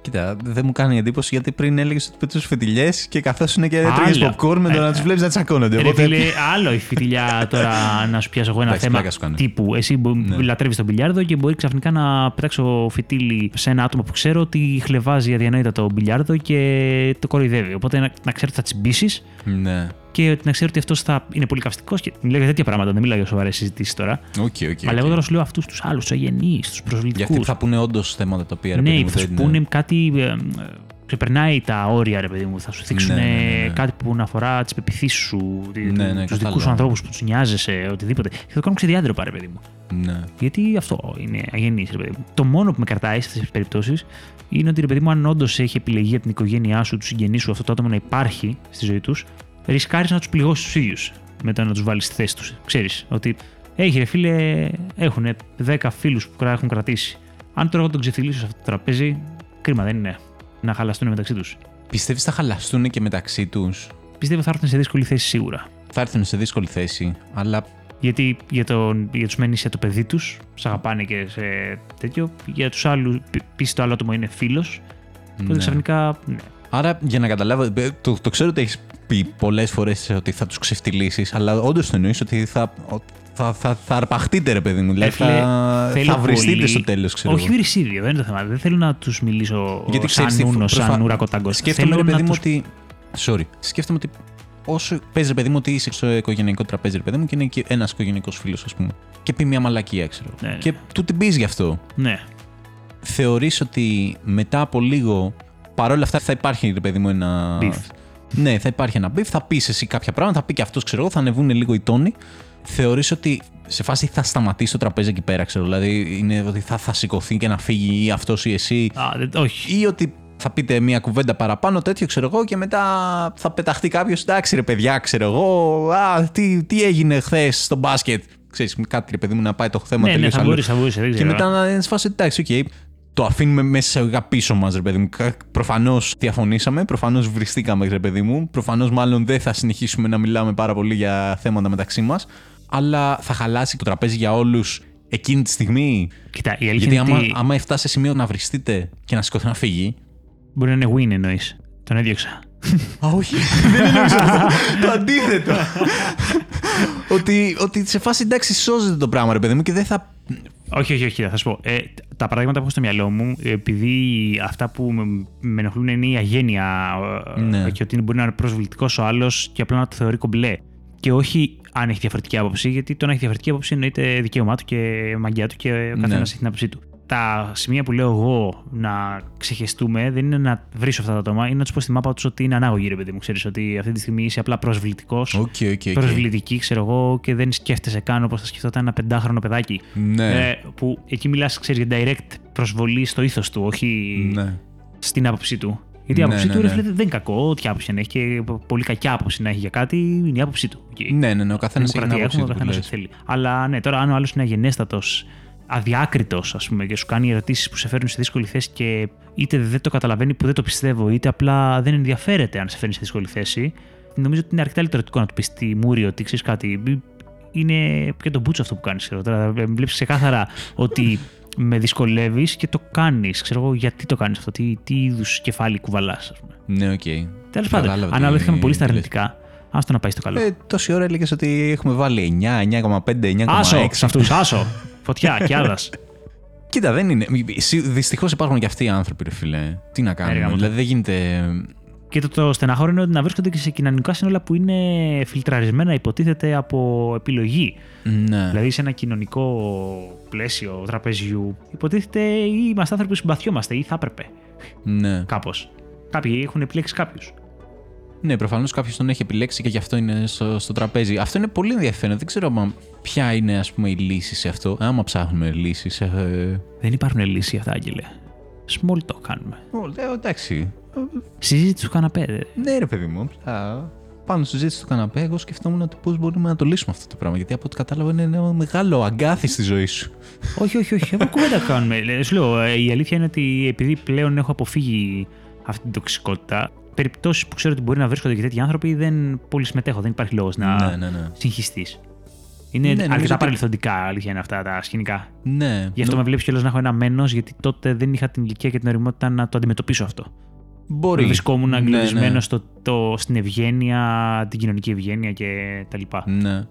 Κοίτα, δεν μου κάνει εντύπωση γιατί πριν έλεγες ότι πετούσες φιτιλιές και καθόσουν και έτρωγε
Άλλα. Ε,
popcorn με το να τους βλέπεις να τσακώνονται.
Ρε
Οπότε-
φίλε, άλλο η φιτιλιά τώρα να σου πιάσω εγώ ένα
Εντάξει,
θέμα
πλάκα σου κάνω.
τύπου. Εσύ ναι. λατρεύεις τον μπιλιάρδο και μπορεί ξαφνικά να πετάξω φιτίλι σε ένα άτομο που ξέρω ότι χλεβάζει αδιανόητα το μπιλιάρδο και το κοροϊδεύει. Οπότε να, να ξέρω ότι θα τσιμπήσεις
Ναι.
και ότι να ξέρω ότι αυτός θα είναι πολύ καυστικός. Και μιλάω για τέτοια πράγματα, δεν μιλάω για σοβαρές συζητήσεις τώρα.
Οκ, οκ.
Αλλά εγώ
οκ.
τώρα σου λέω αυτούς τους άλλους, τους αγενείς, τους
Για αυτοί
προσβλητικού.
που θα πούνε όντως θέματα τα οποία. ρε
Ναι, ή
παιδί μου,
που θα σου
δεν-
πούνε κάτι. ε, ε, Ξεπερνάει τα όρια, ρε παιδί μου. Θα σου δείξουν
Ναι, ναι, ναι, ναι.
κάτι που να αφορά τις πεπιθήσεις σου,
Ναι, ναι,
τους
κατάλαβα.
δικού σου ανθρώπους που τους νοιάζεσαι, οτιδήποτε. Και θα το κάνουν ξεδιάντροπα, ρε παιδί μου.
Ναι.
Γιατί αυτό είναι αγενής, ρε παιδί μου. Το μόνο που με κρατάει σε αυτές τις περιπτώσεις είναι ότι ρε παιδί μου, αν όντως έχει επιλεγεί από την οικογένειά σου, τους συγγενείς σου, αυτό το άτομο να υπάρχει στη ζωή τους, ρισκάρεις να τους πληγώσεις τους ίδιους μετά να τους βάλεις στη θέση τους. Ξέρεις ότι έχει ρε φίλε, έχουν 10 φίλους που κρα- έχουν κρατήσει. Αν τώρα εγώ τον ξεφυλίσω σε αυτό το τραπέζι, κρίμα δεν είναι να χαλαστούν μεταξύ τους.
Πιστεύεις θα χαλαστούν και μεταξύ τους.
Πιστεύω θα έρθουν σε δύσκολη θέση σίγουρα.
Θα έρθουν σε δύσκολη θέση, αλλά
Γιατί για, τον, για τους μεν είσαι το παιδί τους, σε αγαπάνε και σε τέτοιο. Για τους άλλους, π- επίσης το άλλο άτομο είναι φίλος. Οπότε
Ναι.
ξαφνικά, ναι.
Άρα, για να καταλάβω, ε, το, το ξέρω ότι έχεις πει πολλές φορές ότι θα τους ξεφτυλίσεις, αλλά όντως το εννοείς ότι θα, ο- θα, θα, θα αρπαχτείτε, ρε παιδί μου. Δηλαδή,
Ρε φίλε,
θα,
θέλω
θα βριστείτε
πολύ-
στο τέλος, ξέρω
Όχι
εγώ.
βρισίδιο, δεν είναι το θέμα. Δεν θέλω να τους μιλήσω
Γιατί
σαν
ξέρεις τι,
ούνο,
προσπα-
σαν ούρα κοτάγκος.
Σκέφτομαι,
Θέλω
ρε παιδί
να
μου,
τους-
ότι. Sorry. Σκέφτομαι ότι όσο παίζει, ρε παιδί μου, ότι είσαι στο οικογενειακό τραπέζι, ρε παιδί μου, και είναι και ένας οικογενειακός φίλος, ας πούμε. Και πει μια μαλακία, ξέρω.
Ναι, ναι.
Και του την πεις γι' αυτό.
Ναι,
θεωρείς ότι μετά από λίγο, παρόλα αυτά θα υπάρχει, ρε παιδί μου, ένα...
Beef.
Ναι, θα υπάρχει ένα beef, θα πεις εσύ κάποια πράγματα, θα πει και αυτός, ξέρω εγώ, θα ανεβούν λίγο οι τόνοι. Θεωρείς ότι σε φάση θα σταματήσει το τραπέζι εκεί πέρα, ξέρω, δηλαδή είναι ότι θα, θα σηκωθεί και να φύγει ή αυτός ή εσύ
Α, δεν- όχι.
ή ότι θα πείτε μια κουβέντα παραπάνω, τέτοιο ξέρω εγώ, και μετά θα πεταχτεί κάποιος. Εντάξει, ρε παιδιά, ξέρω εγώ. Α, τι, τι έγινε χθες στο μπάσκετ. Ξέρεις, κάτι ρε παιδί μου να πάει το θέμα
Ναι, ναι,
τελείως
θα
αλλού.
μπορούσε, θα μπορούσε, δεν
Και
ξέρω.
μετά να είναι σε φάση, εντάξει, οκ. Το αφήνουμε μέσα εισαγωγικά πίσω μας, ρε παιδί μου. Προφανώς διαφωνήσαμε, προφανώς βριστήκαμε, ρε παιδί μου. Προφανώς, μάλλον δεν θα συνεχίσουμε να μιλάμε πάρα πολύ για θέματα μεταξύ μας. Αλλά θα χαλάσει το τραπέζι για όλους εκείνη τη στιγμή.
Κοίτα, η αλήθεια
Γιατί
είναι
άμα,
ότι
άμα φτάσει σε σημείο να βριστείτε και να σηκωθεί να φύγει.
μπορεί να είναι win εννοείς. Τον έδιωξα.
Α, όχι. <laughs> Δεν εννοούσα αυτό. Το αντίθετο. ότι, ότι σε φάση εντάξει σώζεται το πράγμα, ρε παιδί μου, και δεν θα.
Όχι, όχι, όχι, κοίτα, θα σου πω. Ε, τα παραδείγματα που έχω στο μυαλό μου, επειδή αυτά που με, με ενοχλούν είναι η αγένεια ε,
Ναι.
και ότι μπορεί να είναι προσβλητικός ο άλλος και απλά να το θεωρεί κομπλέ. Και όχι αν έχει διαφορετική άποψη, γιατί το να έχει διαφορετική άποψη εννοείται δικαίωμά του και μαγκιά του και ο καθένα
Ναι.
έχει την άποψή του. Τα σημεία που λέω εγώ να ξεχεστούμε δεν είναι να βρίσω αυτά τα άτομα, είναι να τους πω στη μάπα τους ότι είναι ανάγωγοι, ρε παιδί μου. Ξέρεις ότι αυτή τη στιγμή είσαι απλά προσβλητικός
Οκ, οκ, οκ.
προσβλητική, ξέρω εγώ, και δεν σκέφτεσαι καν όπως θα σκεφτόταν ένα πεντάχρονο παιδάκι.
Ναι.
Ε, που εκεί μιλάς, ξέρεις, για direct προσβολή στο ήθος του, όχι
Ναι.
στην άποψή του. Γιατί η
Ναι,
άποψή
ναι,
του ρε
ναι.
φίλε, δεν είναι κακό, ό,τι άποψη να έχει και πολύ κακιά άποψη να έχει για κάτι, είναι η άποψή του. Και η
Ναι, ναι, ναι, ο καθένας έχει την
δημοκρατία
άποψή
έχουμε, ο
του. που
καθένας
λες.
ό,τι θέλει. Αλλά ναι, τώρα αν ο άλλος είναι αγενέστατος, αδιάκριτος, ας πούμε, και σου κάνει ερωτήσεις που σε φέρνουν σε δύσκολη θέση και είτε δεν το καταλαβαίνει που δεν το πιστεύω, είτε απλά δεν ενδιαφέρεται αν σε φέρνει σε δύσκολη θέση, νομίζω ότι είναι αρκετά λιτρωτικό να του πεις τη μούρη ότι ξέρεις κάτι. μη- Είναι και το μπούτσο αυτό που κάνεις. Τώρα βλέπεις ξεκάθαρα ότι με δυσκολεύεις και το κάνεις. Ξέρω εγώ γιατί το κάνεις αυτό, τι, τι είδους κεφάλι κουβαλάς, ας πούμε.
Ναι, οκ.
Τέλος
Κατάλαβα
πάντων,
τι-
αναλύθηκαμε πολύ στα
τι λες.
αρνητικά. Άστο να πάει στο καλό.
Ε, τόση ώρα έλεγες ότι έχουμε βάλει 9, 9,5, 9,6.
Άσο σε αυτούς, άσο. Φωτιά και άλλας. <laughs>
Κοίτα, δεν είναι. Δυστυχώς υπάρχουν και αυτοί οι άνθρωποι, ρε φίλε. Τι να
ρε
κάνουμε.
γαμώτο.
δηλαδή, δεν γίνεται.
και το, το στεναχώρο είναι ότι να βρίσκονται και σε κοινωνικά σύνολα που είναι φιλτραρισμένα, υποτίθεται από επιλογή.
Ναι.
Δηλαδή σε ένα κοινωνικό πλαίσιο τραπεζιού, υποτίθεται ή είμαστε άνθρωποι που συμπαθιόμαστε ή θα έπρεπε
ναι.
κάπως. Κάποιοι έχουν επιλέξει κάποιους.
Ναι, προφανώς κάποιος τον έχει επιλέξει και γι' αυτό είναι στο, στο τραπέζι. Αυτό είναι πολύ ενδιαφέρον. Δεν ξέρω άμα, ποια είναι ας πούμε, η λύση σε αυτό. Άμα ψάχνουμε λύσεις. Ε,
Δεν υπάρχουν λύσεις αυτά, Άγγελε. Small talk κάνουμε.
ω, ε, εντάξει.
Συζήτηση του καναπέ. ρε.
Ναι, ρε παιδί μου. Απλά πάνω στη συζήτηση του καναπέ, εγώ σκεφτόμουν το πώς μπορούμε να το λύσουμε αυτό το πράγμα. Γιατί από ό,τι κατάλαβα είναι ένα μεγάλο αγκάθι στη ζωή σου.
όχι, όχι, όχι. Εγώ κουβέντα κάνουμε. Ε, Σου λέω, ε, η αλήθεια είναι ότι επειδή πλέον έχω αποφύγει αυτή την τοξικότητα, περιπτώσεις που ξέρω ότι μπορεί να βρίσκονται και τέτοιοι άνθρωποι δεν πολύ συμμετέχω. Δεν υπάρχει λόγος να
Ναι, ναι, ναι.
συγχυστείς. Είναι
Ναι, νομίζω
αρκετά
ότι-
παρελθοντικά, αλήθεια είναι αυτά τα σκηνικά.
Ναι.
Γι' αυτό
νο-
με βλέπεις κιόλας να έχω ένα μένος, γιατί τότε δεν είχα την ηλικία και την οριμότητα να το αντιμετωπίσω αυτό.
μπορεί.
Βρισκόμουν εγκλωβισμένο
Ναι, ναι.
στο, το, στην ευγένεια, την κοινωνική ευγένεια και τα λοιπά.
Ναι.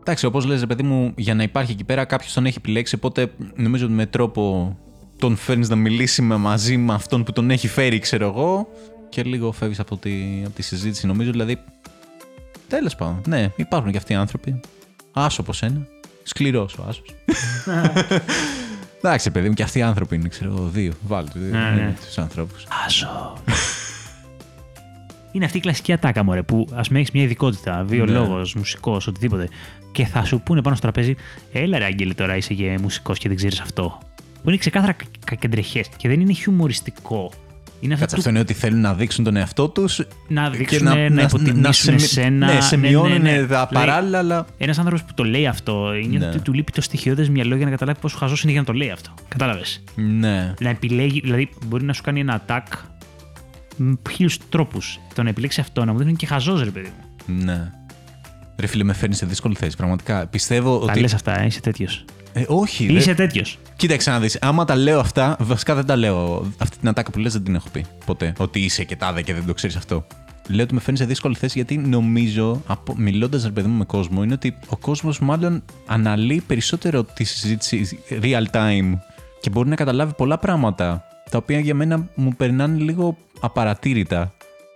Εντάξει, όπως λες, ρε παιδί μου, για να υπάρχει εκεί πέρα κάποιος τον έχει επιλέξει. Οπότε νομίζω ότι με τρόπο τον φέρνεις να μιλήσει με μαζί με αυτόν που τον έχει φέρει, ξέρω εγώ. Και λίγο φεύγεις από τη, από τη συζήτηση, νομίζω. Δηλαδή. Τέλος πάντων. Ναι, υπάρχουν και αυτοί οι άνθρωποι. Άσο από σένα. Σκληρός ο άσος. <laughs> Εντάξει, ρε παιδί μου, και αυτοί οι άνθρωποι είναι, ξέρω εγώ, δύο. Βάλτε
Ναι, ναι.
του ανθρώπους.
Άσο. Είναι αυτή η κλασική ατάκα, μωρέ, που ας με έχεις μια ειδικότητα, βιολόγος,
Ναι.
μουσικός, οτιδήποτε. Και θα σου πούνε πάνω στο τραπέζι, Έλα, ρε, Άγγελε, τώρα είσαι και μουσικός και δεν ξέρεις αυτό. Που είναι ξεκάθαρα κεντρεχέ και δεν είναι χιουμοριστικό. Είναι αυτό
Κάτσε
του
αυτό είναι ότι θέλουν να δείξουν τον εαυτό τους.
να δείξουν, να, υποτιμήσουν εσένα.
Ναι, σε μειώνουν τα
Λέει,
παράλληλα, αλλά.
ένας άνθρωπος που το λέει αυτό είναι
Ναι.
ότι του λείπει το στοιχειώδε μυαλό για να καταλάβει πόσο χαζός είναι για να το λέει αυτό. Κατάλαβες.
Ναι.
Να επιλέγει, δηλαδή μπορεί να σου κάνει ένα attack με χίλιους τρόπους. Το να επιλέξει αυτό να μου δείχνει και χαζός, ρε παιδί μου.
Ναι. Ρε φίλε, με φέρνει σε δύσκολη θέση. Πραγματικά πιστεύω
Τα
ότι.
λες αυτά, ε, είσαι τέτοιος.
Ε, όχι. δεν-
Είσαι τέτοιος.
Κοίταξε να δεις. Άμα τα λέω αυτά, βασικά δεν τα λέω. Αυτή την ατάκα που λες δεν την έχω πει ποτέ. Ότι είσαι και τάδε και δεν το ξέρεις αυτό. Λέω ότι με φέρνεις σε δύσκολη θέση γιατί νομίζω, από... μιλώντας ρε παιδί μου με κόσμο, είναι ότι ο κόσμος μάλλον αναλύει περισσότερο τη συζήτηση real time και μπορεί να καταλάβει πολλά πράγματα τα οποία για μένα μου περνάνε λίγο απαρατήρητα.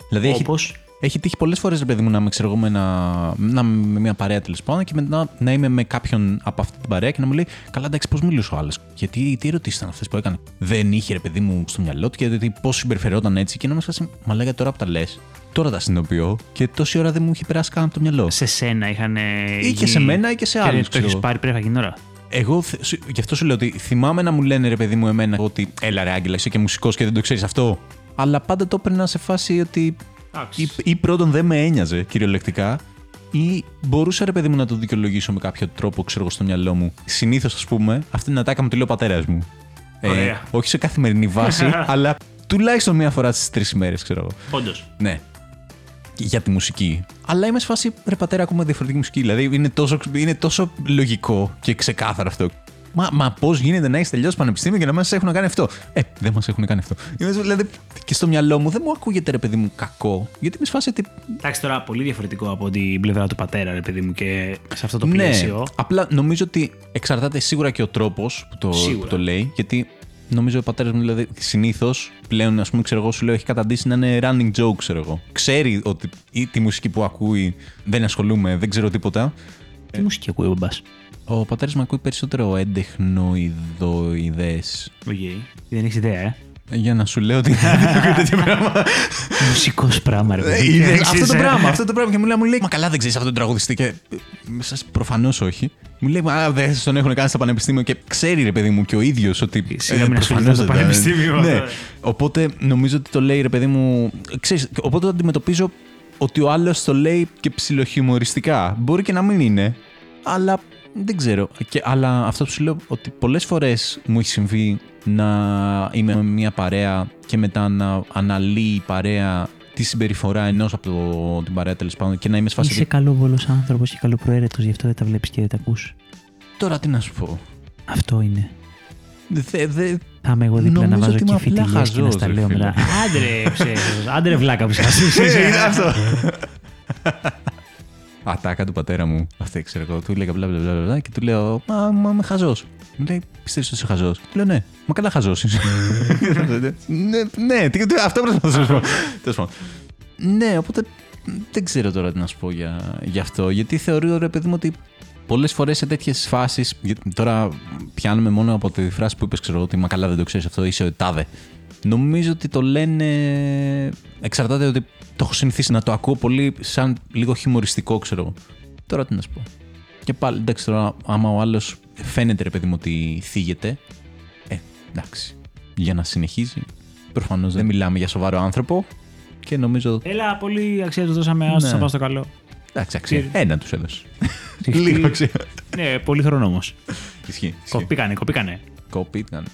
Δηλαδή έχει-
Όπως.
έχει τύχει πολλές φορές, ρε παιδί μου, να είμαι ξέρω εγώ, με, ένα- να είμαι με μια παρέα τέλος πάντων και μετά να είμαι με κάποιον από αυτή την παρέα και να μου λέει Καλά, εντάξει, πώς μιλούσε ο άλλος. Γιατί τι ερωτήσεις ήταν αυτές που έκανε. Δεν είχε, ρε παιδί μου, στο μυαλό του και δηλαδή, πώς συμπεριφερόταν έτσι. Και να μα πει Μα λέγα τώρα που τα λες. Τώρα τα συνειδητοποιώ και τόση ώρα δεν μου είχε περάσει καν από το μυαλό.
Σε σένα είχαν. ε,
Ή και σε μένα ή και σε άλλου.
Το έχει πάρει πρέπει να γίνει ώρα.
Εγώ θε- σου- γι' αυτό σου λέω ότι θυμάμαι να μου λένε ρε παιδί μου εμένα ότι έλα ρε Άγγελα, είσαι και μουσικός και δεν το ξέρεις αυτό. Αλλά πάντα το έπαιρνα σε φάση ότι
Εντάξει.
ή, ή πρώτον δεν με ένοιαζε κυριολεκτικά ή μπορούσα ρε παιδί μου να το δικαιολογήσω με κάποιο τρόπο ξέρω εγώ στο μυαλό μου. Συνήθως ας πούμε αυτή την ατάκα μου τη λέω πατέρας μου. Ε,
Ωραία.
όχι σε καθημερινή
<laughs>
βάση, αλλά τουλάχιστον μία φορά στις τρεις ημέρε ξέρω εγώ.
Όντως.
Ναι. Και Για τη μουσική. Αλλά είμαι σε φάση ρε πατέρα, ακούμε διαφορετική μουσική. Δηλαδή είναι τόσο, είναι τόσο λογικό και ξεκάθαρο αυτό. Μα, μα πώς γίνεται να έχεις τελειώσει πανεπιστήμιο και να μας έχουν κάνει αυτό. Ε, δεν μας έχουν κάνει αυτό. Είμαι σε- δηλαδή και στο μυαλό μου δεν μου ακούγεται ρε παιδί μου κακό. Γιατί με σφάσει ότι.
Εντάξει τώρα, πολύ διαφορετικό από την πλευρά του πατέρα, ρε παιδί μου, και σε αυτό το
ναι.
πλαίσιο.
Απλά νομίζω ότι εξαρτάται σίγουρα και ο τρόπος που, το-
Σίγουρα.
που το λέει. Γιατί νομίζω ο πατέρας μου δηλαδή συνήθως πλέον, ας πούμε, ξέρω εγώ, σου λέω έχει καταντήσει να είναι running joke, ξέρω εγώ. Ξέρει ότι ή τη μουσική που ακούει δεν ασχολούμαι, δεν ξέρω τίποτα.
Τι μουσική ακούει ο μπαμπάς.
Ο πατέρας μου ακούει περισσότερο έντεχνοειδοειδέ.
Οκ. Δεν έχεις ιδέα, ε.
Για να σου λέω ότι. τέτοιο πράγμα.
Μουσικός πράγμα, ρε
Ε,
παιδί.
είδες,
Δεν
αυτό
ξέρεις,
το
ε.
πράγμα, αυτό το πράγμα. Και μου λέει, μου λέει Μα καλά, δεν ξέρεις αυτόν τον τραγουδιστή. Και ε, σας προφανώς όχι. Μου λέει, Μα δεν σας τον έχουν κάνει στα πανεπιστήμιο. Και ξέρει, ρε παιδί μου, και ο ίδιος ότι.
Σιγά μην ασχολείται
προφανώς
με το
δεν τα-
πανεπιστήμιο.
Ναι. Οπότε νομίζω ότι το λέει, ρε παιδί μου. Ξέρεις, οπότε το αντιμετωπίζω ότι ο άλλος το λέει και ψιλοχιουμοριστικά. Μπορεί και να μην είναι, αλλά δεν ξέρω. Και, αλλά αυτό που σου λέω ότι πολλές φορές μου έχει συμβεί να είμαι με μια παρέα και μετά να αναλύει η παρέα τη συμπεριφορά ενός από το- την παρέα τέλος πάντων και να είμαι σφασί.
Είσαι καλόβολος άνθρωπος και καλοπροαίρετος, γι' αυτό δεν τα βλέπεις και δεν τα ακούς.
Τώρα τι να σου πω.
Αυτό είναι.
Δε, δε,
Θα είμαι εγώ δίπλα να
Νομίζω
βάζω
ότι
και
είμαι απλά
φιτιλιές και να
χαζός,
στα
ρε
λέω
φίλε. Ε.
μετά. Άντρε, ψεύδος. Άντρε, βλάκα που σας
αυτό. Ατάκα του πατέρα μου. Αυτή ξέρω εγώ. Του λέγα μπλα μπλα μπλα, μπλα και του λέω Μα, μα είμαι χαζός. Μου λέει Πιστεύεις ότι είσαι χαζός. Του λέω Ναι, μα καλά χαζός είσαι. ναι, ναι, τι- τι- αυτό πρέπει να σου πω. Τέλος πάντων. Ναι, οπότε δεν ξέρω τώρα τι να σου πω για, για αυτό. Γιατί θεωρώ, ρε παιδί μου, ότι πολλές φορές σε τέτοιες φάσεις. Τώρα πιάνουμε μόνο από τη φράση που είπες, ξέρω εγώ, ότι μα καλά δεν το ξέρεις αυτό, είσαι ο τάδε. Νομίζω ότι το λένε. Εξαρτάται ότι το έχω συνηθίσει να το ακούω πολύ σαν λίγο χιουμοριστικό, ξέρω εγώ. Τώρα τι να σου πω. Και πάλι, εντάξει, τώρα άμα ο άλλος φαίνεται, ρε παιδί μου, ότι θίγεται. Ε, εντάξει. Για να συνεχίζει. Προφανώς δεν μιλάμε για σοβαρό άνθρωπο. Και νομίζω
Έλα, πολύ αξία τους δώσαμε. Άστο
Ναι.
να πάω στο καλό.
Εντάξει, αξία. Ένα τους έδωσε.
Ισχύει.
αξία.
Ναι, πολύ χρόνο όμως.
Ισχύει.
Κοπήκανε, κοπήκανε.
Κοπήκαν.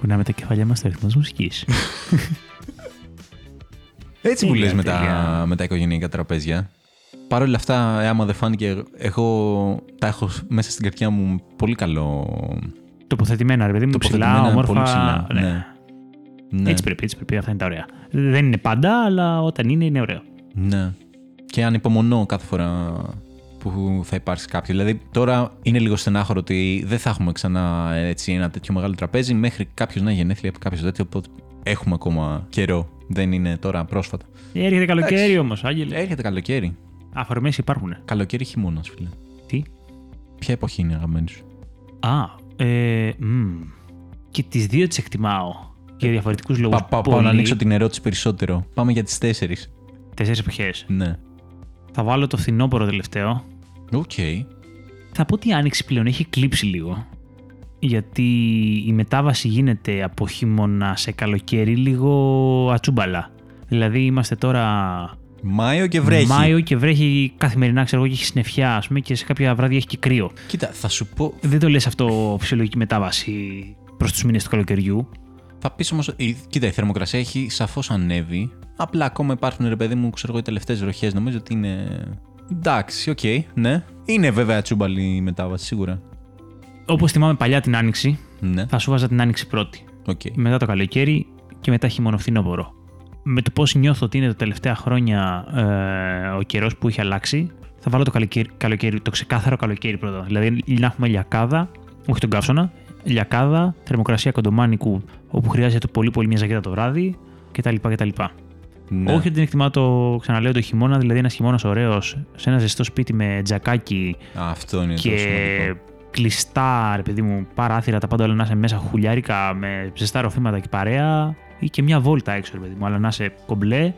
Κουνάμε τα κεφάλια μας στο ρυθμός μουσικής.
Έτσι μου
Τέλεια,
λες με,
τέλεια.
τα- με τα οικογενειακά τραπέζια. Παρ' όλα αυτά, ε, άμα δεν φάνηκε, εγώ τα έχω μέσα στην καρδιά μου πολύ καλό.
<laughs> Τοποθετημένα, ρε παιδί μου, ψηλά,
τοποθετημένα, πολύ
όμορφα.
ψηλά.
Ναι.
Ναι.
Έτσι πρέπει, έτσι πρέπει. Αυτά είναι τα ωραία. Δεν είναι πάντα, αλλά όταν είναι, είναι ωραίο.
Ναι. Και ανυπομονώ κάθε φορά που θα υπάρξει κάποιο. Δηλαδή, τώρα είναι λίγο στενάχωρο ότι δεν θα έχουμε ξανά έτσι, ένα τέτοιο μεγάλο τραπέζι μέχρι κάποιος να έχει γενέθλια από κάποιο τέτοιο. Οπότε έχουμε ακόμα καιρό. Δεν είναι τώρα πρόσφατα.
Ε, Έρχεται καλοκαίρι όμως, Άγγελε.
Έρχεται καλοκαίρι.
Αφορμές υπάρχουν.
Καλοκαίρι χειμώνας, φίλε.
Τι.
Ποια εποχή είναι αγαπημένη σου.
Α, ε, μμ. και τις δύο τις εκτιμάω. για διαφορετικούς λόγους.
Πα- πα- Πάω να ανοίξω την ερώτηση περισσότερο. Πάμε για τις 4.
Τέσσερις εποχές.
Ναι.
Θα βάλω το φθινόπωρο τελευταίο.
Οκ.
Θα πω ότι η άνοιξη πλέον έχει κλείψει λίγο. Γιατί η μετάβαση γίνεται από χειμώνα σε καλοκαίρι λίγο ατσούμπαλα. Δηλαδή είμαστε τώρα
Μάιο και βρέχει.
Μάιο και βρέχει καθημερινά, ξέρω εγώ, και έχει συννεφιά, ας πούμε, και σε κάποια βράδια έχει και κρύο.
Κοίτα, θα σου πω.
Δεν το λες αυτό φυσιολογική μετάβαση προς τους μήνες του καλοκαιριού.
Θα πεις όμως. Κοίτα, η θερμοκρασία έχει σαφώς ανέβει. Απλά ακόμα υπάρχουν ρε παιδί μου, ξέρω εγώ, οι τελευταίες βροχές. Νομίζω ότι είναι. Εντάξει, οκ, ναι. Είναι βέβαια τσούμπαλη η μετάβαση, σίγουρα.
Όπως θυμάμαι παλιά την άνοιξη,
Ναι.
θα σου βάζα την άνοιξη πρώτη.
Οκ.
Μετά το καλοκαίρι και μετά χειμωνοφθινόπορο. Με το πώς νιώθω ότι είναι τα τελευταία χρόνια ε, ο καιρός που έχει αλλάξει, θα βάλω το καλοκαίρι, καλοκαίρι- το ξεκάθαρο καλοκαίρι πρώτα. Δηλαδή να έχουμε λιακάδα, όχι τον καύσωνα, λιακάδα, θερμοκρασία κοντομάνικου, όπου χρειάζεται πολύ πολύ μια ζακέτα το βράδυ κτλ. κτλ.
Ναι.
Όχι ότι δεν εκτιμά το, ξαναλέω, το χειμώνα, δηλαδή ένας χειμώνας ωραίος σε ένα ζεστό σπίτι με τζακάκι
Αυτό είναι το
και
σημαντικό.
κλειστά, ρε παιδί μου, παράθυρα, τα πάντα όλα να είσαι μέσα χουλιάρικα με ζεστά ροφήματα και παρέα ή και μια βόλτα έξω, ρε παιδί μου, αλλά να είσαι κομπλέ,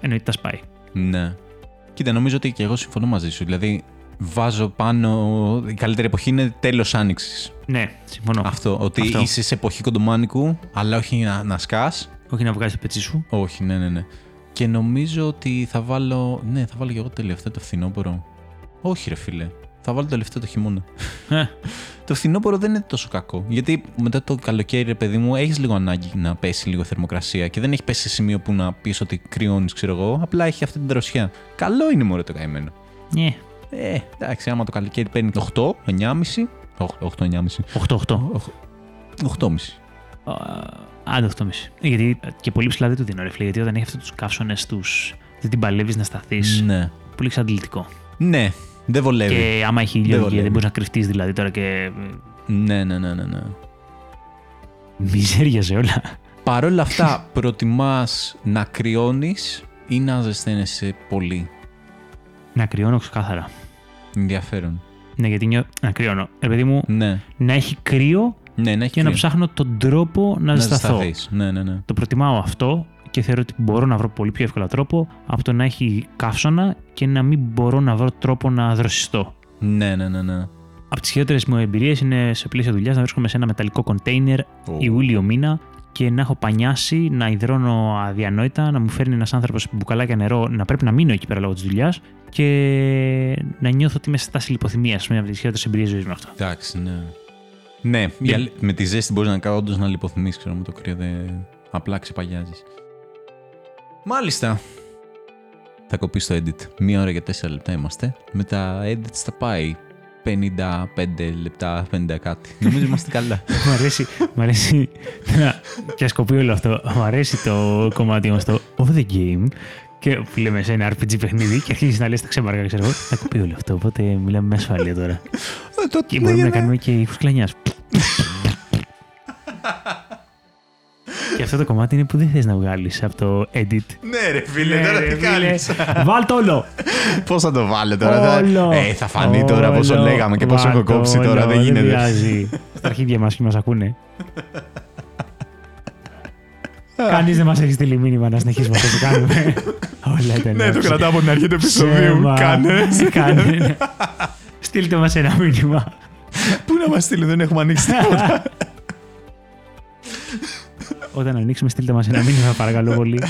εννοείται τα σπάει.
Ναι. Κοίτα, νομίζω ότι και εγώ συμφωνώ μαζί σου. Δηλαδή, βάζω πάνω. Η καλύτερη εποχή είναι τέλος άνοιξης.
Ναι, συμφωνώ.
Αυτό. Ότι
Αυτό.
είσαι σε εποχή κοντομάνικου, αλλά όχι να, να σκάς.
Όχι να βγάζεις το πετσί σου.
Όχι, ναι, ναι, ναι. Και νομίζω ότι θα βάλω. Ναι, θα βάλω και εγώ τελευταίο το φθινόπωρο. Όχι, ρε φίλε. Θα βάλω το τελευταίο το χειμώνα.
Ε,
<laughs> Το φθινόπωρο δεν είναι τόσο κακό. Γιατί μετά το καλοκαίρι, ρε παιδί μου, έχεις λίγο ανάγκη να πέσει λίγο θερμοκρασία και δεν έχει πέσει σε σημείο που να πεις ότι κρυώνεις, ξέρω εγώ. Απλά έχει αυτή την δροσιά. Καλό είναι μωρέ το καημένο.
ναι.
Ε, εντάξει, άμα το καλοκαίρι παίρνει 8, 9,5. 8,
8-8.
9,5. 8,5.
Α, Άντε 8,5. Γιατί και πολύ ψηλά δεν του δίνω ρε φίλε, γιατί όταν έχει αυτούς τους καύσονες τους. Δεν την παλεύεις να σταθείς.
Ναι.
Πολύ εξαντλητικό.
Ναι, δεν βολεύει.
Και άμα έχει
Δεν
ήλιο και
βολεύει.
Ε, δεν μπορείς να κρυφτείς δηλαδή τώρα και.
Ναι, ναι, ναι, ναι, ναι.
Μιζέρια σε όλα.
Παρ' όλα αυτά, προτιμάς να κρυώνεις ή να ζεσταίνεσαι πολύ.
Να κρυώνω ξεκάθαρα.
Ενδιαφέρον.
Ναι, γιατί νιώ... Να κρυώνω. Ρε παιδί μου,
Ναι.
να έχει κρύο
Ναι, να έχει
και να
κρύο.
ψάχνω τον τρόπο να,
να
ζεσταθώ.
ζεσταθείς. Ναι, ναι, ναι.
Το προτιμάω αυτό και θεωρώ ότι μπορώ να βρω πολύ πιο εύκολα τρόπο από το να έχει καύσωνα και να μην μπορώ να βρω τρόπο να δροσιστώ.
Ναι, ναι, ναι, ναι.
Από τις χειρότερες μου εμπειρίες είναι σε πλαίσια δουλειάς να βρίσκομαι σε ένα μεταλλικό κοντέινερ
Ω.
Ιούλιο μήνα και να έχω πανιάσει, να υδρώνω αδιανόητα, να μου φέρνει ένας άνθρωπος μπουκαλάκια νερό, να πρέπει να μείνω εκεί πέρα λόγω της δουλειάς και να νιώθω ότι είμαι σε τάση λιποθυμίας. Μια από τις χειρότερες εμπειρίες ζωής μου αυτό.
Εντάξει, ναι. Ναι, για- με τη ζέστη μπορείς να κάνω όντως να λιποθυμεί, ξέρω με το κρύο. Δε... Απλά ξεπαγιάζεις. Μάλιστα. Θα κοπείς το edit. Μία ώρα και τέσσερα λεπτά είμαστε. Με τα edits θα πάει 55 λεπτά, 50 κάτι. Νομίζω είμαστε καλά.
μ' αρέσει, μ' αρέσει. να- και ασκοπεί όλο αυτό. Μ' αρέσει το κομμάτι όμω το of the game. Και που λέμε σε ένα RPG παιχνίδι και αρχίζεις να λες τα ξέμαρκα, ξέρω εγώ. Θα κοπεί όλο αυτό. Οπότε μιλάμε με ασφάλεια
<laughs>
τώρα. <laughs> Και
Ναι,
μπορούμε να κάνουμε και ήχους κλανιάς. και αυτό το κομμάτι είναι που δεν θες να βγάλεις από το edit.
Ναι, ρε φίλε, τώρα
Ε,
τι
φίλε,
κάνεις. <laughs>
Βάλ' το όλο!
Πώς θα το βάλω τώρα. θα-
Όλο.
Ε, θα φανεί τώρα πόσο
Όλο.
λέγαμε και πόσο έχω
Βάλ' το
κόψει τώρα.
όλο,
Δεν
Δεν
γίνεται.
πειράζει. Στα αρχίδια μας και μας ακούνε. Κανείς δεν μας έχει στείλει μήνυμα να συνεχίσουμε αυτό που
<laughs>
κάνουμε. Όλα ήταν.
Ναι, το
όψη.
κρατάω από την αρχή του επεισοδίου.
Ψέμα.
Κάνε.
<laughs> Κάνε, ναι. Στείλτε μας ένα
<laughs>
μήνυμα.
Πού να μας στείλει, δεν έχουμε
<laughs>
ανοίξει τίποτα.
Όταν ανοίξουμε, στείλτε μας ένα μήνυμα, παρακαλώ πολύ.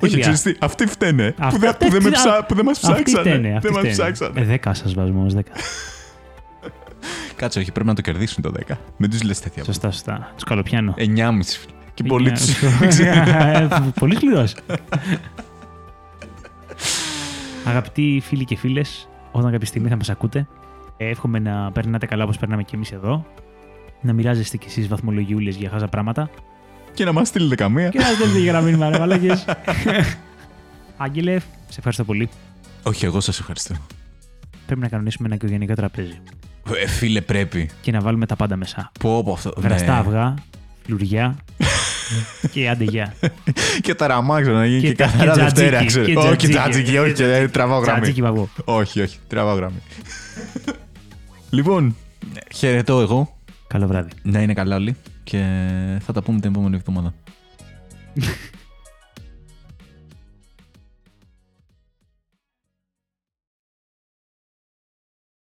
Όχι,
Τέλεια.
ξέρεις τι, αυτοί φταίνε. Που
Αυτά-
δεν- Που δεν με
Αυτή-
ψά- που δεν μας
Αυτοί φταίνε.
ψάξανε.
αυτοί
Δεν μας
φταίνε.
ψάξανε.
Ε, Δέκα σας βάζουμε όμως, δέκα. Ε.
Κάτσε, όχι, πρέπει να το κερδίσουν το 10. Μην τους λες τέτοια.
Σωστά, σωστά. Του
Ε,
καλοπιάνω.
9,5 φίλε. Και πολύ
<laughs>
του.
Ε, Πολύ σκληρός. Αγαπητοί φίλοι και φίλες, όταν κάποια στιγμή θα μας ακούτε, ε, εύχομαι να περνάτε καλά όπως περνάμε και εμείς εδώ. Να μοιράζεστε κι εσείς βαθμολογιούλες για χάζα πράγματα.
<laughs> Και να μας στείλετε καμία.
Και να στέλνετε για να μήνυμα, ρε μαλάκες. Άγγελε, σε ευχαριστώ πολύ.
Όχι, εγώ σας ευχαριστώ.
Πρέπει να κανονίσουμε ένα οικογενειακό τραπέζι
Ε, Φίλε, πρέπει.
και να βάλουμε τα πάντα μέσα.
Πω από αυτό.
Γραστά
Ναι.
αυγά, λουριά και άντε γεια.
Και τα ραμάξω να γίνει
Και
και
τα-
καθαρά
και τζατζίκι,
Δευτέρα,
και
ξέρω. Όχι,
τζατζίκι,
τζατζίκι,
και
όχι, ε, τραβάω γραμμή.
Τσατζίκι παγό.
Όχι, όχι, τραβάω γραμμή. Λοιπόν, χαιρετώ εγώ.
Καλό βράδυ.
Να είναι καλά όλοι. Και θα τα πούμε την επόμενη εβδομάδα.